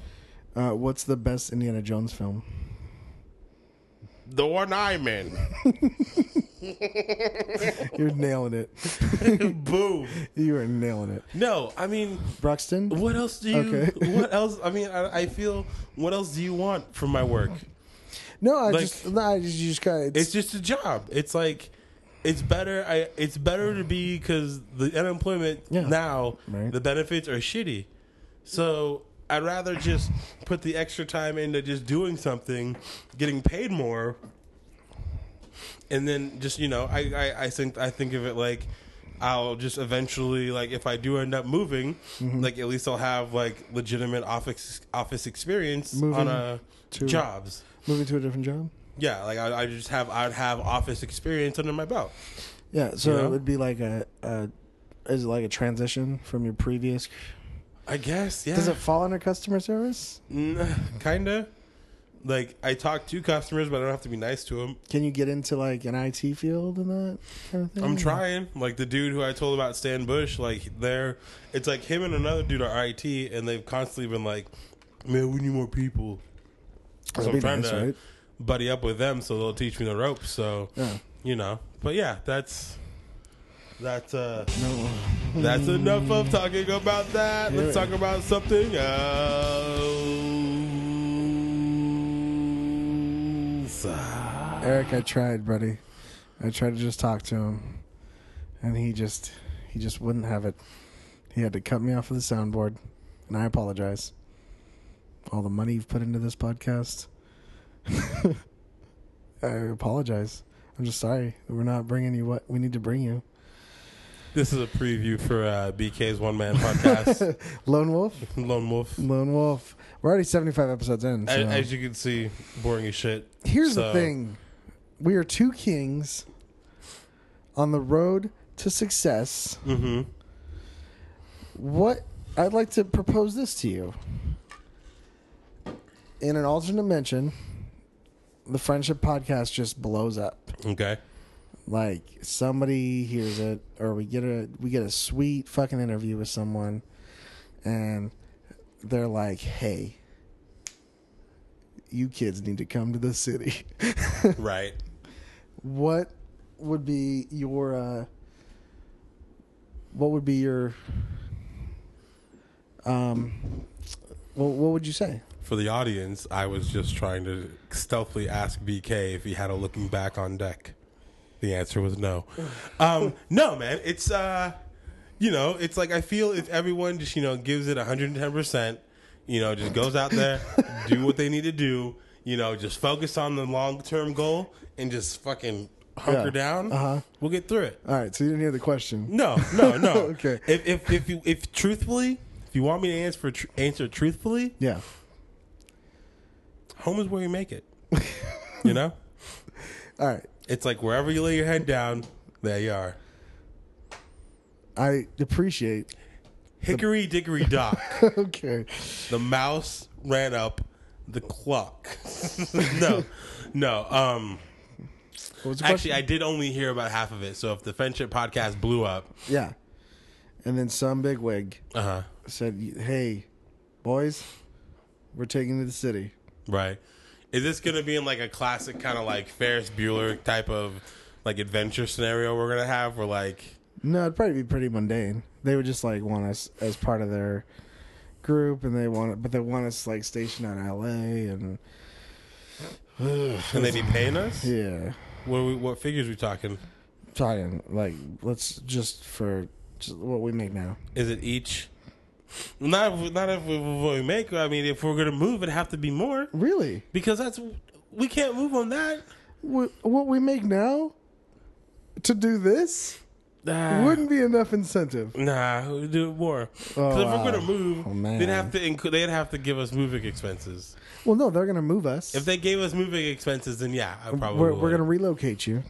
Speaker 4: Uh, what's the best Indiana Jones film? [LAUGHS]
Speaker 1: The one I'm in.
Speaker 4: You're nailing it.
Speaker 1: [LAUGHS]
Speaker 4: [LAUGHS]
Speaker 1: Boom.
Speaker 4: You are nailing it.
Speaker 1: No, I mean,
Speaker 4: Broxton.
Speaker 1: what else do you?
Speaker 4: Okay.
Speaker 1: What else? I mean, I, I feel. What else do you want from my work?
Speaker 4: No, I
Speaker 1: Like-
Speaker 4: just no, I just, you just got
Speaker 1: It's just a job. It's like, it's better. I. It's better to be because the unemployment
Speaker 4: Yeah.
Speaker 1: now,
Speaker 4: Right.
Speaker 1: the benefits are shitty. So I'd rather just put the extra time into just doing something, getting paid more, and then just you know, I I, I think I think of it like. I'll just eventually like if I do end up moving,
Speaker 4: Mm-hmm.
Speaker 1: like at least I'll have like legitimate office office experience on
Speaker 4: Moving
Speaker 1: a
Speaker 4: to-
Speaker 1: jobs.
Speaker 4: moving to a different job.
Speaker 1: Yeah, like I, I just have I'd have office experience under my belt.
Speaker 4: Yeah, so
Speaker 1: Yeah.
Speaker 4: it would be like a, a is it like a transition from your previous?
Speaker 1: I guess yeah,
Speaker 4: Does it fall under customer service?
Speaker 1: Mm, kinda. Like I talk to customers, but I don't have to be nice to them.
Speaker 4: Can you get into like an IT field and that kind of thing?
Speaker 1: I'm trying. Like the dude who I told about Stan Bush, like they're it's like him and another dude are IT, and they've constantly been like, "Man, we need more people." So
Speaker 4: That'd
Speaker 1: I'm
Speaker 4: be
Speaker 1: trying
Speaker 4: nice,
Speaker 1: to
Speaker 4: right?
Speaker 1: buddy up with them, so they'll teach me the ropes. So
Speaker 4: Yeah.
Speaker 1: you know, but yeah, that's that's uh that's enough of talking about that. Let's
Speaker 4: Yeah.
Speaker 1: talk about something else.
Speaker 4: Eric, I tried, buddy. I tried to just talk to him, and he just he just wouldn't have it. He had to cut me off of the soundboard, and I apologize. All the money you've put into this podcast, [LAUGHS] I apologize. I'm just sorry that we're not bringing you what we need to bring you.
Speaker 1: This is a preview for uh, BK's one man
Speaker 4: [LAUGHS]
Speaker 1: podcast,
Speaker 4: Lone Wolf,
Speaker 1: Lone Wolf.
Speaker 4: Lone Wolf. We're already 75 episodes in.
Speaker 1: A-
Speaker 4: So.
Speaker 1: As you can see, boring as shit.
Speaker 4: Here's
Speaker 1: So,
Speaker 4: the thing. We are two kings on the road to success. Mm-hmm. What I'd like to propose this to you. In an alternate dimension, the friendship podcast just blows up. [LAUGHS]
Speaker 1: Okay.
Speaker 4: Like somebody hears it, or we get a we get a sweet fucking interview with someone, and they're like, "Hey, you kids need to come to the city." [LAUGHS]
Speaker 1: Right.
Speaker 4: what would be your uh what would be your um what, what would you say
Speaker 1: For the audience, I was just trying to stealthily ask BK if he had a looking back on deck. The answer was no. Um, [LAUGHS] no, man. It's, uh, you know, it's like I feel if everyone just, you know, gives it 110%, you know, just goes out
Speaker 4: [LAUGHS]
Speaker 1: there, do what they need to do, you know, just focus on the long term goal and just fucking hunker
Speaker 4: Yeah.
Speaker 1: down,
Speaker 4: Uh-huh.
Speaker 1: we'll get through it.
Speaker 4: all right so you didn't hear the question
Speaker 1: No, no, no.
Speaker 4: [LAUGHS] Okay.
Speaker 1: If, if, if, you, if truthfully, if you want me to answer, tr- answer truthfully,
Speaker 4: yeah
Speaker 1: home is where you make it. you
Speaker 4: [LAUGHS]
Speaker 1: know,
Speaker 4: All right.
Speaker 1: it's like wherever you lay your head down, there you are.
Speaker 4: I appreciate. [LAUGHS]
Speaker 1: Hickory dickory dock.
Speaker 4: okay.
Speaker 1: the mouse ran up the clock. [LAUGHS] no, no. Um,
Speaker 4: What was the
Speaker 1: actually,
Speaker 4: question?
Speaker 1: I did only hear about half of it. So if the friendship podcast blew up,
Speaker 4: yeah. And then some bigwig
Speaker 1: uh huh,
Speaker 4: said, "Hey, boys, we're taking to the city."
Speaker 1: right? Is this gonna be in like a classic kind of like Ferris Bueller type of like adventure scenario we're gonna have? Where like,
Speaker 4: No, it'd probably be pretty mundane. They would just like want us as part of their group, and they want it, but they want us like stationed out in L.A. and
Speaker 1: can they be paying us?
Speaker 4: yeah,
Speaker 1: What are we, what figures we talking?
Speaker 4: talking like let's just for just what we make now.
Speaker 1: Is it each? Not if, not if we, what we make. I mean, if we're gonna move, it'd have to be more
Speaker 4: Really,
Speaker 1: because that's we can't move on that.
Speaker 4: Wh- what we make now to do this
Speaker 1: Ah.
Speaker 4: wouldn't be enough incentive.
Speaker 1: Nah, we do it more. 'Cause
Speaker 4: Oh,
Speaker 1: if we're
Speaker 4: wow.
Speaker 1: gonna move,
Speaker 4: Oh, man.
Speaker 1: they'd have to inc- they'd have to give us moving expenses.
Speaker 4: Well, no, they're gonna move us.
Speaker 1: If they gave us moving expenses, then yeah, I probably
Speaker 4: we're,
Speaker 1: would.
Speaker 4: we're gonna relocate you.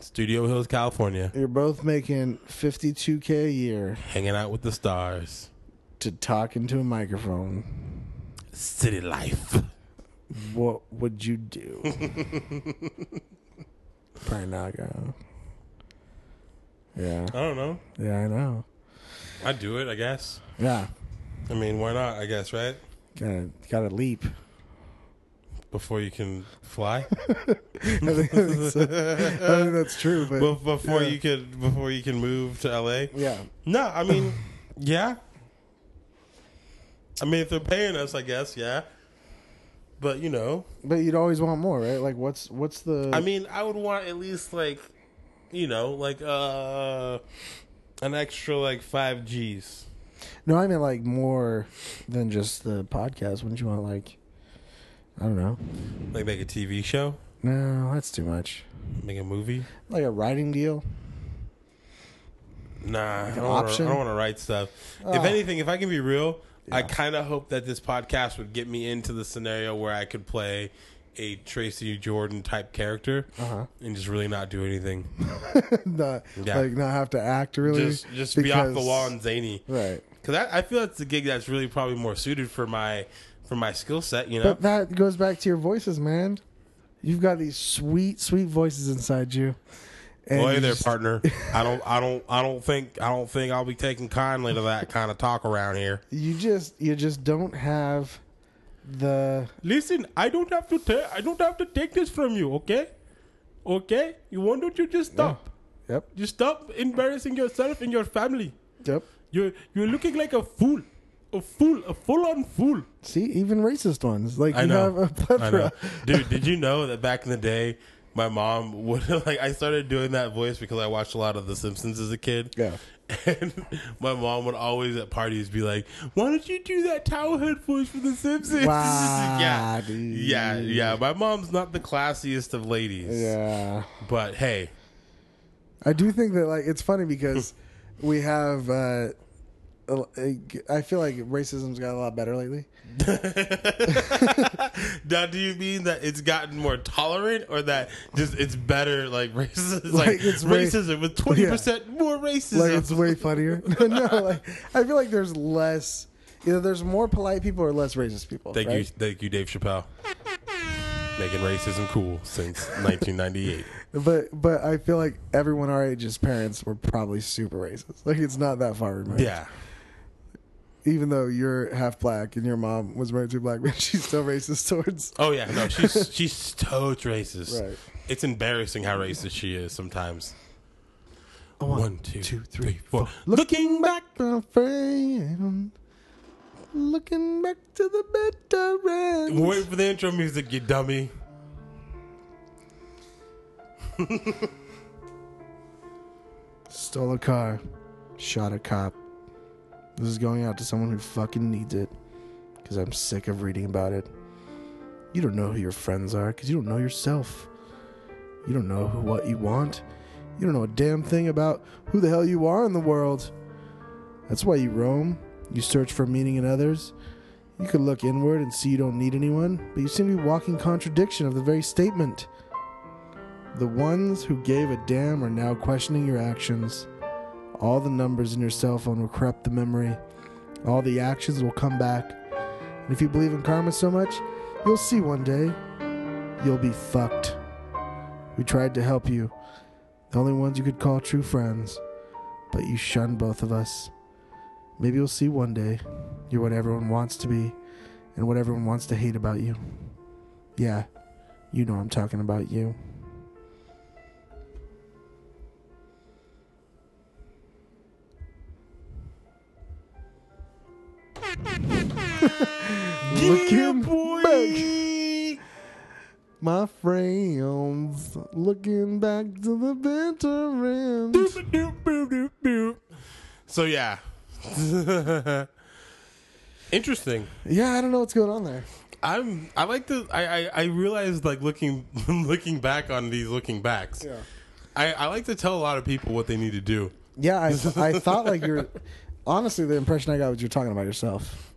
Speaker 1: Studio Hills, California,
Speaker 4: You're both making fifty-two k a year
Speaker 1: hanging out with the stars,
Speaker 4: to talk into a microphone.
Speaker 1: city life.
Speaker 4: What would you do? Probably not go. Yeah.
Speaker 1: I don't know.
Speaker 4: Yeah, I know.
Speaker 1: I'd do it, I guess.
Speaker 4: Yeah.
Speaker 1: I mean, why not? I guess right
Speaker 4: Gotta, gotta leap. [LAUGHS]
Speaker 1: before you can fly,
Speaker 4: I think, I think so. I think that's true, but
Speaker 1: Bef- before
Speaker 4: [LAUGHS] yeah.
Speaker 1: you could before you can move to LA.
Speaker 4: yeah.
Speaker 1: No, I mean, [CLEARS THROAT] yeah. I mean, if they're paying us, I guess, yeah. But you know,
Speaker 4: But you'd always want more, right? Like, what's what's the?
Speaker 1: I mean, I would want at least like, you know, like uh, an extra like five G's.
Speaker 4: no, I mean like more than just the podcast. Wouldn't you want like? I don't know.
Speaker 1: Like make a TV show,
Speaker 4: No, that's too much.
Speaker 1: make a movie.
Speaker 4: Like a writing deal.
Speaker 1: Nah, I
Speaker 4: an
Speaker 1: don't, wanna, I
Speaker 4: option?
Speaker 1: don't want to write stuff. If
Speaker 4: Ah.
Speaker 1: anything, if I can be real, I kind of hope that this podcast would get me into the scenario where I could play a Tracy Jordan type character
Speaker 4: Uh-huh.
Speaker 1: and just really not do anything.
Speaker 4: [LAUGHS] not,
Speaker 1: Yeah.
Speaker 4: Like not have to act really.
Speaker 1: Just just be off the
Speaker 4: because-
Speaker 1: wall and zany.
Speaker 4: Right.
Speaker 1: Because I, I feel that's the gig that's really probably more suited for my for my skill set. You know.
Speaker 4: But that goes back to your voices, man. You've got these sweet, sey voices inside you. And
Speaker 1: Well, hey
Speaker 4: you
Speaker 1: there,
Speaker 4: just- [LAUGHS]
Speaker 1: partner. I don't, I don't, I don't think, I don't think I'll be taking kindly to that kind of talk around here.
Speaker 4: you just you just don't have the
Speaker 1: Listen, I don't have to, ta- I don't have to take this from you, okay? Okay, you want to just stop,
Speaker 4: Yep.
Speaker 1: just stop embarrassing yourself and your family.
Speaker 4: Yep.
Speaker 1: You're, you're looking like a fool, a fool, a full-on fool.
Speaker 4: See, even racist ones. Like
Speaker 1: I
Speaker 4: you
Speaker 1: know.
Speaker 4: have a [LAUGHS]
Speaker 1: I
Speaker 4: plethora.
Speaker 1: know. Dude, did you know that back in the day, my mom would [LAUGHS] like I started doing that voice because I watched a lot of The Simpsons as a kid.
Speaker 4: Yeah.
Speaker 1: And [LAUGHS] my mom would always at parties be like, "Why don't you do that towelhead voice for The Simpsons?" [LAUGHS]
Speaker 4: Wow,
Speaker 1: yeah,
Speaker 4: dude.
Speaker 1: yeah, yeah. My mom's not the classiest of ladies,
Speaker 4: Yeah.
Speaker 1: but hey,
Speaker 4: I do think that like it's funny because [LAUGHS] we have uh uh, I feel like racism's got a lot better lately.
Speaker 1: now do you mean that it's gotten more tolerant, or that just it's better? Like [LAUGHS] racism, like,
Speaker 4: Like, it's way-
Speaker 1: racism with twenty percent more racism.
Speaker 4: Like it's way funnier. [LAUGHS] no, like I feel like there's less either there's more polite people or less racist people.
Speaker 1: Thank you,
Speaker 4: right?
Speaker 1: thank you, Dave Chappelle, making racism cool since
Speaker 4: [LAUGHS]
Speaker 1: 1998.
Speaker 4: But but I feel like everyone our age's parents were probably super racist. Like it's not that far removed.
Speaker 1: yeah,
Speaker 4: Even though you're half black and your mom was married to a black [LAUGHS] man, she's still racist towards.
Speaker 1: Oh yeah, no,
Speaker 4: [LAUGHS]
Speaker 1: she's she's totes racist.
Speaker 4: Right.
Speaker 1: It's embarrassing how racist she is sometimes.
Speaker 4: Oh, one,
Speaker 1: One, two,
Speaker 4: two,
Speaker 1: three, four.
Speaker 4: Looking back, my friend. Looking back to the better end.
Speaker 1: Wait for the intro music, you dummy.
Speaker 4: Stole a car, shot a cop. This is going out to someone who fucking needs it, because I'm sick of reading about it. You don't know who your friends are, because you don't know yourself. You don't know who, what you want. You don't know a damn thing about who the hell you are in the world. That's why you roam. You search for meaning in others. You could look inward and see you don't need anyone, but you seem to be walking contradiction of the very statement. The ones who gave a damn are now questioning your actions. All the numbers in your cell phone will corrupt the memory. All the actions will come back. And if you believe in karma so much, you'll see one day you'll be fucked. We tried to help you, the only ones you could call true friends, but you shunned both of us. Maybe you'll see one day you're what everyone wants to be and what everyone wants to hate about you. Yeah, you know I'm talking about [LAUGHS] you. Look him back. My friends, looking back to the veterans.
Speaker 1: So yeah. [LAUGHS] Interesting.
Speaker 4: Yeah, I don't know what's going on there.
Speaker 1: I'm. I like to. I. I, I realized like looking [LAUGHS] looking back on these looking backs.
Speaker 4: Yeah.
Speaker 1: I, I like to tell a lot of people what they need to do.
Speaker 4: Yeah, [LAUGHS] I, I thought like you're. Honestly, the impression I got was you're talking about yourself. [LAUGHS]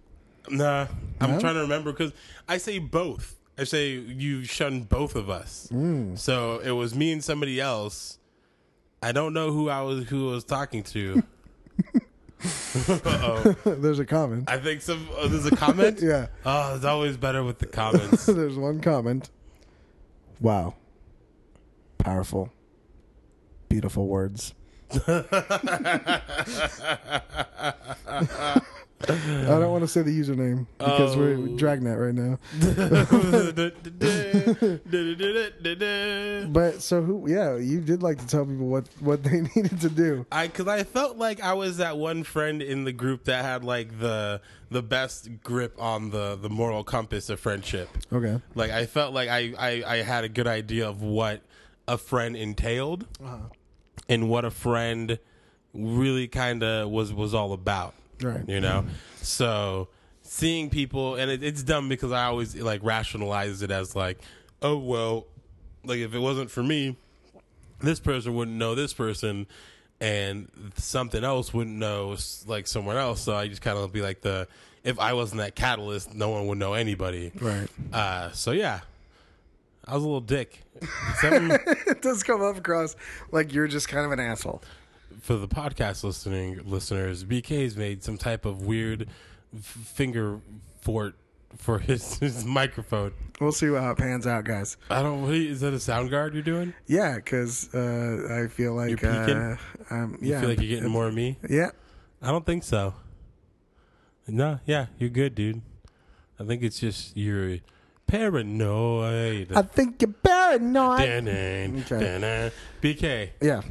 Speaker 1: Nah, I'm
Speaker 4: No?
Speaker 1: trying to remember because I say both. I say you shunned both of us.
Speaker 4: Mm.
Speaker 1: So it was me and somebody else. I don't know who I was who I was talking
Speaker 4: [LAUGHS]
Speaker 1: to. Uh-oh.
Speaker 4: There's a comment. [LAUGHS]
Speaker 1: I think some oh, there's a comment.
Speaker 4: Yeah.
Speaker 1: Oh, it's always better with the
Speaker 4: [LAUGHS]
Speaker 1: comments. [LAUGHS]
Speaker 4: There's one comment. Wow. Powerful. Beautiful words. [LAUGHS] I don't want to say the username because we're
Speaker 1: Oh.
Speaker 4: dragnet right now. But so who? Yeah, you did like to tell people what what they [LAUGHS] needed to do.
Speaker 1: I because I felt like I was that one friend in the group that had like the the best grip on the the moral compass of friendship.
Speaker 4: Okay.
Speaker 1: Like I felt like I I, I had a good idea of what a friend entailed and what a friend really kind of was was all about.
Speaker 4: Right.
Speaker 1: You know, so seeing people and it, it's dumb because I always like rationalize it as like, oh well, like if it wasn't for me, this person wouldn't know this person and something else wouldn't know s- like someone else so i just kind of be like the if i wasn't that catalyst no one would know anybody
Speaker 4: Right.
Speaker 1: uh so yeah i was a little dick Something
Speaker 4: [LAUGHS] It does come up across like you're just kind of an asshole.
Speaker 1: for the podcast listening listeners bk's made some type of weird f- finger fort for his, [LAUGHS] his microphone
Speaker 4: We'll see how it pans out, guys.
Speaker 1: i don't what is that a sound guard you're doing
Speaker 4: Yeah, because uh, I feel like
Speaker 1: You're peeking?
Speaker 4: uh, um,
Speaker 1: you
Speaker 4: yeah,
Speaker 1: feel like you're getting more of me
Speaker 4: yeah.
Speaker 1: I don't think so. No, yeah, you're good, dude. I think it's just you're paranoid.
Speaker 2: I think you're paranoid.
Speaker 1: Dun-dun,
Speaker 4: Okay.
Speaker 1: dun-dun. BK,
Speaker 4: Yeah.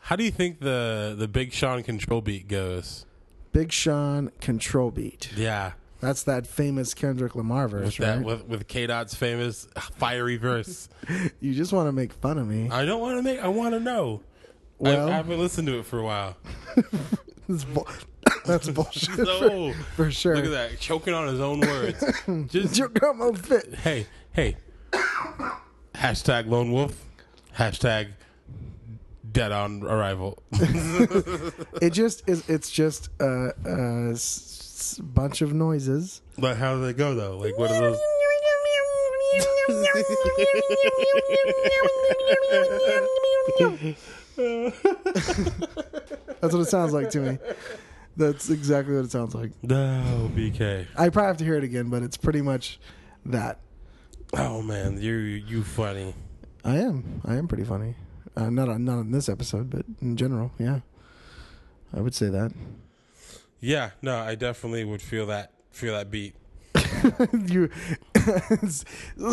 Speaker 1: how do you think the the Big Sean control beat goes?
Speaker 4: Big Sean control beat.
Speaker 1: Yeah,
Speaker 4: That's that famous Kendrick Lamar verse,
Speaker 1: that
Speaker 4: right?
Speaker 1: with with K Dot's famous fiery verse.
Speaker 4: you just want to make fun of me.
Speaker 1: I don't want to make. I want to know.
Speaker 4: Well-
Speaker 1: I, I haven't listened to it for a [LAUGHS] while.
Speaker 4: [LAUGHS] That's, bull- [LAUGHS]
Speaker 1: [LAUGHS]
Speaker 4: that's bullshit [LAUGHS]
Speaker 1: So
Speaker 4: for sure.
Speaker 1: look at that, choking on his own [LAUGHS] words. Just
Speaker 4: You'll come up fit.
Speaker 1: hey, hey. Hashtag lone wolf. Hashtag dead on [LAUGHS] arrival.
Speaker 4: It just is. It's just a, a s- s- bunch of noises.
Speaker 1: but how does it go though? Like what are those?
Speaker 4: That's what it sounds like to me. That's exactly what it sounds like.
Speaker 1: No, BK.
Speaker 4: I probably have to hear it again, but it's pretty much that.
Speaker 1: Oh man, you you funny.
Speaker 4: I am. I am pretty funny. Uh, not on, not on this episode, but in general, yeah. I would say that.
Speaker 1: Yeah, no, I definitely would feel that feel that beat.
Speaker 4: [LAUGHS] you [LAUGHS]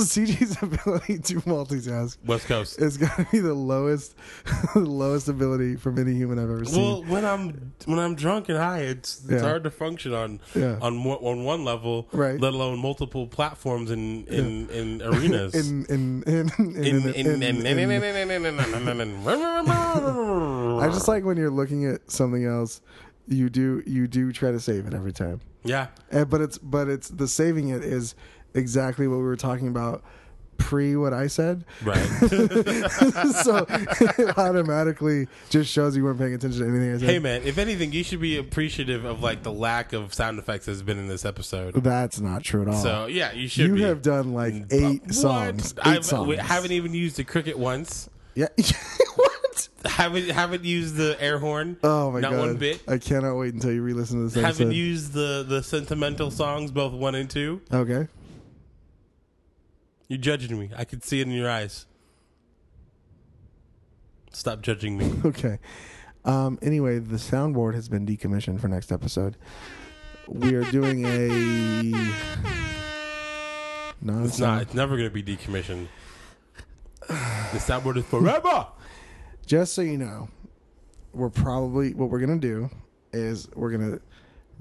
Speaker 4: CG's ability to multitask
Speaker 1: West Coast.
Speaker 4: is going to be the lowest [LAUGHS] the lowest ability from any human I've ever seen.
Speaker 1: Well, when I'm when I'm drunk and high, it's it's
Speaker 4: Yeah.
Speaker 1: hard to function on
Speaker 4: Yeah.
Speaker 1: on mo- on one level,
Speaker 4: Right.
Speaker 1: Let alone multiple platforms and in, in arenas.
Speaker 4: in in in in,
Speaker 1: in,
Speaker 4: in- in- in- I just like when you're looking at something else, you do you do try to save it every time.
Speaker 1: yeah
Speaker 4: And, but it's but it's the saving it is exactly what we were talking about pre what I said.
Speaker 1: Right.
Speaker 4: [LAUGHS] so [LAUGHS] it automatically just shows you weren't paying attention to anything I said.
Speaker 1: hey, man, if anything, you should be appreciative of like the lack of sound effects that's been in this episode.
Speaker 4: That's not true at all.
Speaker 1: So yeah, you should.
Speaker 4: you
Speaker 1: be.
Speaker 4: have done like eight
Speaker 1: What?
Speaker 4: songs. 8
Speaker 1: I've,
Speaker 4: songs.
Speaker 1: we haven't e- even used the cricket once.
Speaker 4: Yeah. [LAUGHS] what?
Speaker 1: Haven't haven't used the air horn.
Speaker 4: Oh my
Speaker 1: not
Speaker 4: god!
Speaker 1: one bit.
Speaker 4: I cannot wait until you re-listen to this
Speaker 1: Haven't
Speaker 4: episode.
Speaker 1: used the the sentimental songs, both one and two.
Speaker 4: okay. [LAUGHS]
Speaker 1: You're judging me. I can see it in your eyes. Stop judging me.
Speaker 4: Okay. Um, anyway, the soundboard has been decommissioned for next episode. We are doing a.
Speaker 1: [LAUGHS]
Speaker 4: No,
Speaker 1: It's not. It's never going to be decommissioned. The soundboard is forever.
Speaker 4: Just so you know, we're probably what we're gonna do is we're gonna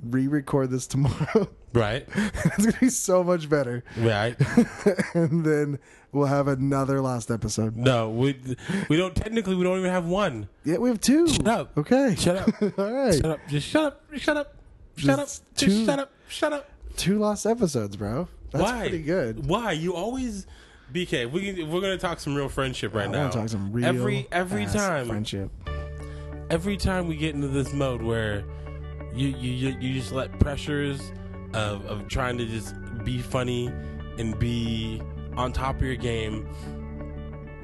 Speaker 4: re-record this [LAUGHS] tomorrow.
Speaker 1: Right.
Speaker 4: it's gonna be so much better,
Speaker 1: Right.
Speaker 4: [LAUGHS] and then we'll have another last episode.
Speaker 1: No, we we don't technically we don't even have one.
Speaker 4: Yeah, we have two.
Speaker 1: Shut up.
Speaker 4: Okay.
Speaker 1: Shut up.
Speaker 4: [LAUGHS] All right.
Speaker 1: Shut up. Just shut up. Shut up. Shut up.
Speaker 4: Just two-
Speaker 1: Just shut up. Shut up.
Speaker 4: Two lost episodes, bro. That's
Speaker 1: Why?
Speaker 4: pretty good.
Speaker 1: Why you always, BK? We can, we're gonna talk some real friendship right
Speaker 4: I
Speaker 1: now.
Speaker 4: want to talk some real
Speaker 1: every every
Speaker 4: ass
Speaker 1: time
Speaker 4: friendship.
Speaker 1: every time we get into this mode where you you you, you just let pressures of of trying to just be funny and be on top of your game,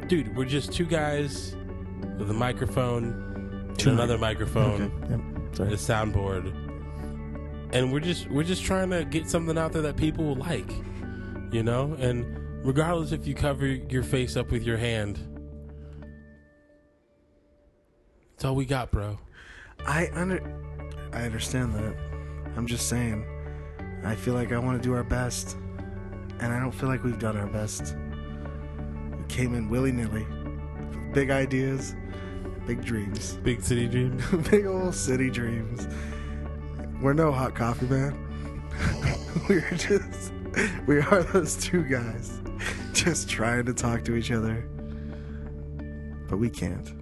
Speaker 1: dude. We're just two guys with a microphone, and another microphone
Speaker 4: Okay. Yep. Sorry.
Speaker 1: the soundboard and we're just we're just trying to get something out there that people will like you know and regardless if you cover your face up with your hand it's all we got bro
Speaker 4: I under I understand that. I'm just saying. I feel like I want to do our best, and I don't feel like we've done our best. We came in willy nilly, with big ideas, big dreams, [LAUGHS]
Speaker 1: big city dream
Speaker 4: big old city dreams. We're no hot coffee man. [LAUGHS] We're just we are those two guys, [LAUGHS] just trying to talk to each other, but we can't.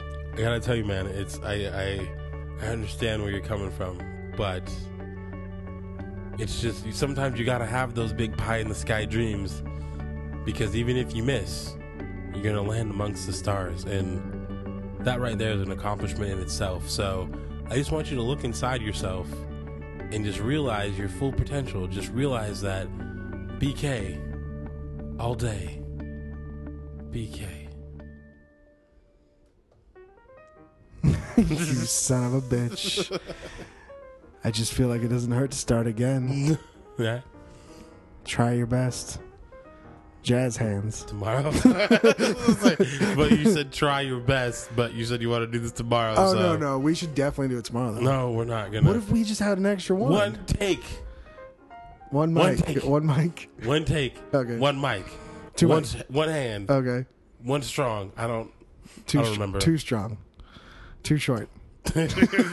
Speaker 1: i gotta tell you man it's i i i understand where you're coming from but it's just you- sometimes you gotta have those big pie in the sky dreams because even if you miss you're gonna land amongst the stars and that right there is an accomplishment in itself so i just want you to look inside yourself and just realize your full potential just realize that bk all day bk
Speaker 4: [LAUGHS] you son of a bitch. I just feel like it doesn't hurt to start again. [LAUGHS]
Speaker 1: yeah
Speaker 4: Try your best. Jazz hands.
Speaker 1: tomorrow. [LAUGHS] but you said try your best, but you said you want to do this tomorrow.
Speaker 4: Oh,
Speaker 1: so.
Speaker 4: no, no. We should definitely do it tomorrow, though.
Speaker 1: No, we're not gonna.
Speaker 4: What if we just had an extra one?
Speaker 1: one take,
Speaker 4: One
Speaker 1: one
Speaker 4: mic.
Speaker 1: take.
Speaker 4: One mic.
Speaker 1: one take,
Speaker 4: Okay.
Speaker 1: one mic,
Speaker 4: Two
Speaker 1: one,
Speaker 4: mics. Uh.
Speaker 1: one hand,
Speaker 4: Okay.
Speaker 1: one strong. I don't. [LAUGHS]
Speaker 4: Too,
Speaker 1: I don't
Speaker 4: sh-
Speaker 1: remember.
Speaker 4: too strong. Too short.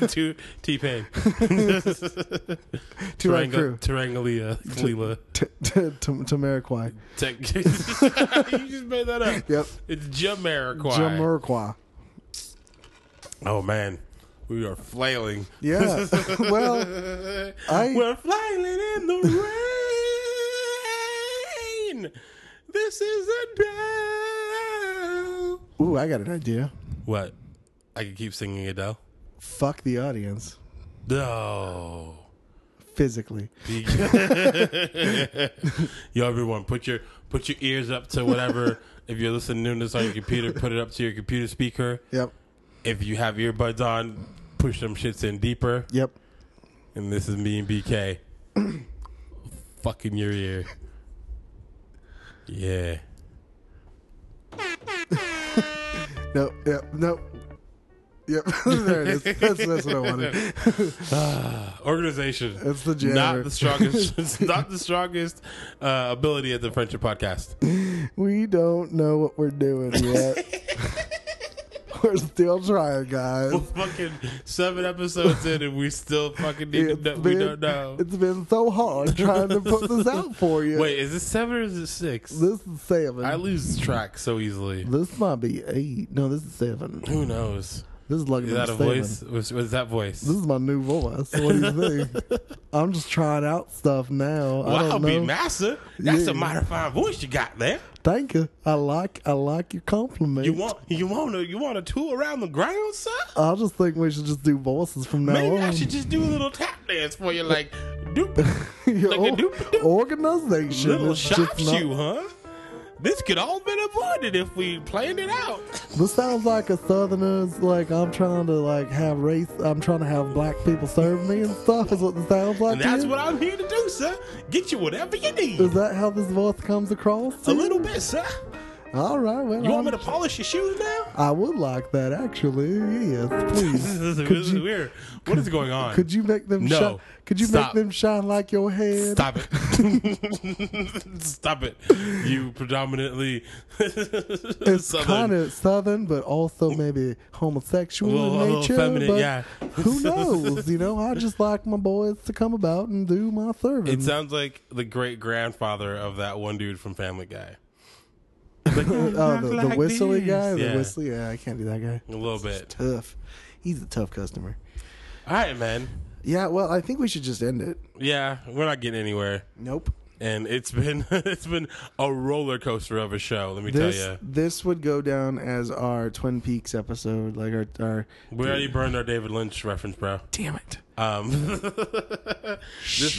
Speaker 1: Two T Pain,
Speaker 4: Too right crew.
Speaker 1: Tarangalia, Kalila.
Speaker 4: T- t- t- Tamariquai.
Speaker 1: [LAUGHS] Tech. you just made that up.
Speaker 4: Yep.
Speaker 1: It's Jamariquai.
Speaker 4: Jamurquai.
Speaker 1: oh man, we are flailing. [LAUGHS]
Speaker 4: Yeah. well, I-
Speaker 1: We're flailing in the rain. This is a day.
Speaker 4: ooh, I got an idea.
Speaker 1: What? I could keep singing Adele.
Speaker 4: Fuck the audience
Speaker 1: No.
Speaker 4: physically.
Speaker 1: [LAUGHS] Yo, everyone, put your put your ears up to [LAUGHS] whatever. if you're listening to this on your computer, put it up to your computer speaker.
Speaker 4: Yep.
Speaker 1: If you have earbuds on, push them shits in deeper.
Speaker 4: Yep.
Speaker 1: And this is me and [CLEARS THROAT] BK. Fucking your ear. Yeah.
Speaker 4: Nope. Yep. Nope. Yep. [LAUGHS] there it is. That's, that's what I wanted.
Speaker 1: Organization.
Speaker 4: That's the janitor.
Speaker 1: Not the strongest. [LAUGHS]
Speaker 4: [LAUGHS]
Speaker 1: it's not the strongest uh, ability at the Friendship Podcast.
Speaker 4: [LAUGHS] We don't know what we're doing yet. [LAUGHS] we're still trying, guys.
Speaker 1: We're fucking seven episodes in, and we still fucking need to
Speaker 4: It's
Speaker 1: know. We don't know.
Speaker 4: It's been so hard trying to put this out for you.
Speaker 1: Wait, is this seven or is it six?
Speaker 4: This is seven.
Speaker 1: I lose track so easily.
Speaker 4: this might be eight. No, this is seven.
Speaker 1: Who knows?
Speaker 6: This is like
Speaker 1: Is that a voice? Was, was that voice?
Speaker 6: This is my new voice. What do you
Speaker 1: [LAUGHS]
Speaker 6: think? I'm just trying out stuff now. I
Speaker 1: Wow,
Speaker 6: don't
Speaker 1: be
Speaker 6: know.
Speaker 1: master. That's
Speaker 6: Yeah.
Speaker 1: a mighty fine voice you got there.
Speaker 6: Thank you. I like I like your compliment.
Speaker 1: You want you want a you want a tour around the ground, sir?
Speaker 6: I just think we should just do voices from now
Speaker 1: Maybe
Speaker 6: on.
Speaker 1: I
Speaker 6: [LAUGHS]
Speaker 1: should just do a little tap dance for you, like doop,
Speaker 4: [LAUGHS]
Speaker 6: Your
Speaker 1: like a
Speaker 6: or-
Speaker 1: doop doop.
Speaker 6: organization.
Speaker 1: little
Speaker 6: is just
Speaker 1: shop
Speaker 6: not-
Speaker 1: shoe, huh? This could all been avoided if we planned it out.
Speaker 6: This sounds like a southerner's like I'm trying to like have race I'm trying to have black people serve me and stuff is what this sounds like.
Speaker 1: And
Speaker 6: to
Speaker 1: that's
Speaker 6: you?
Speaker 1: what I'm here to do, sir. Get you whatever you
Speaker 6: Is
Speaker 1: need.
Speaker 6: that how this voice comes across? to
Speaker 1: A
Speaker 6: you?
Speaker 1: little bit, sir.
Speaker 6: All right, well,
Speaker 1: You want me
Speaker 6: I'm-
Speaker 1: to polish your shoes now?
Speaker 6: I would like that actually. Yes,
Speaker 1: [LAUGHS] this
Speaker 6: please.
Speaker 1: is,
Speaker 6: could
Speaker 1: this is
Speaker 6: you-
Speaker 1: weird. What is going on?
Speaker 6: Could you make them
Speaker 1: No.
Speaker 6: shine? Could you
Speaker 1: Stop.
Speaker 6: make them shine like your head?
Speaker 1: Stop it. [LAUGHS] Stop it. You predominantly [LAUGHS]
Speaker 6: It's
Speaker 1: southern.
Speaker 6: kind of southern, but also maybe homosexual
Speaker 1: A little- a
Speaker 6: in
Speaker 1: little
Speaker 6: nature.
Speaker 1: feminine,
Speaker 6: but
Speaker 1: yeah. [LAUGHS]
Speaker 6: who knows? You know, I just like my boys to come about and do my service.
Speaker 1: It sounds like the great grandfather of that one dude from Family Guy. Like,
Speaker 6: [LAUGHS] Oh, the, the whistly guy, the
Speaker 1: Yeah.
Speaker 6: whistly. Yeah, I can't do that guy.
Speaker 1: A little bit.
Speaker 6: Tough. He's a tough customer.
Speaker 1: All right, man.
Speaker 4: Yeah, well, I think we should just end it.
Speaker 1: Yeah, we're not getting anywhere,
Speaker 4: Nope.
Speaker 1: and it's been [LAUGHS] it's been a roller coaster of a show. Let me
Speaker 4: This
Speaker 1: tell you,
Speaker 4: this would go down as our Twin Peaks episode, like our our.
Speaker 1: we already burned our David Lynch reference, bro.
Speaker 4: Damn it!
Speaker 1: Um, this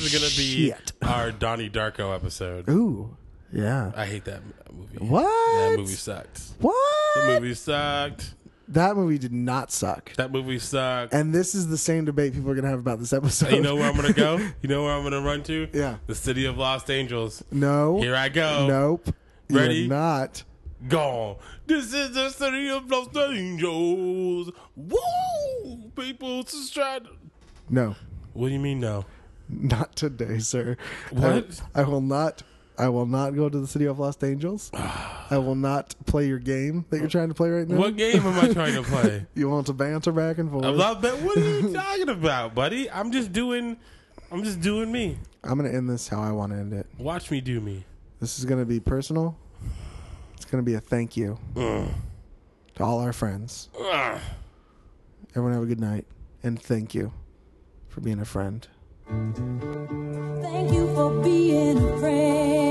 Speaker 1: is gonna be
Speaker 4: Shit.
Speaker 1: our Donnie Darko episode.
Speaker 4: Ooh, yeah.
Speaker 1: I hate that movie.
Speaker 4: What?
Speaker 1: That movie sucked.
Speaker 4: What?
Speaker 1: That movie sucked.
Speaker 4: That movie did not suck.
Speaker 1: That movie sucked.
Speaker 4: And this is the same debate people are gonna have about this episode.
Speaker 1: you know where I'm gonna go? You know where I'm gonna run to?
Speaker 4: Yeah.
Speaker 1: The city of Los Angeles.
Speaker 4: [LAUGHS] No.
Speaker 1: Here I go.
Speaker 4: Nope.
Speaker 1: Ready?
Speaker 4: You're not.
Speaker 1: Gone. This is the city of Los Angeles. Woo! People just tried.
Speaker 4: No.
Speaker 1: What do you mean no?
Speaker 4: Not today, sir.
Speaker 1: What?
Speaker 4: I, I will not. I will not go to the city of
Speaker 1: [SIGHS]
Speaker 4: Los Angeles. I will not play your game that you're trying to play right now.
Speaker 1: What game am I trying to play?
Speaker 4: You want to banter back and forth?
Speaker 1: I love that. What are you talking about, buddy? I'm just doing. I'm just doing me.
Speaker 4: I'm gonna end this how I want to end it.
Speaker 1: Watch me do me.
Speaker 4: This is gonna be personal. It's gonna be a thank you to all our friends.
Speaker 1: Ugh.
Speaker 4: Everyone have a good night and thank you for being a friend.
Speaker 7: Thank you for being a friend.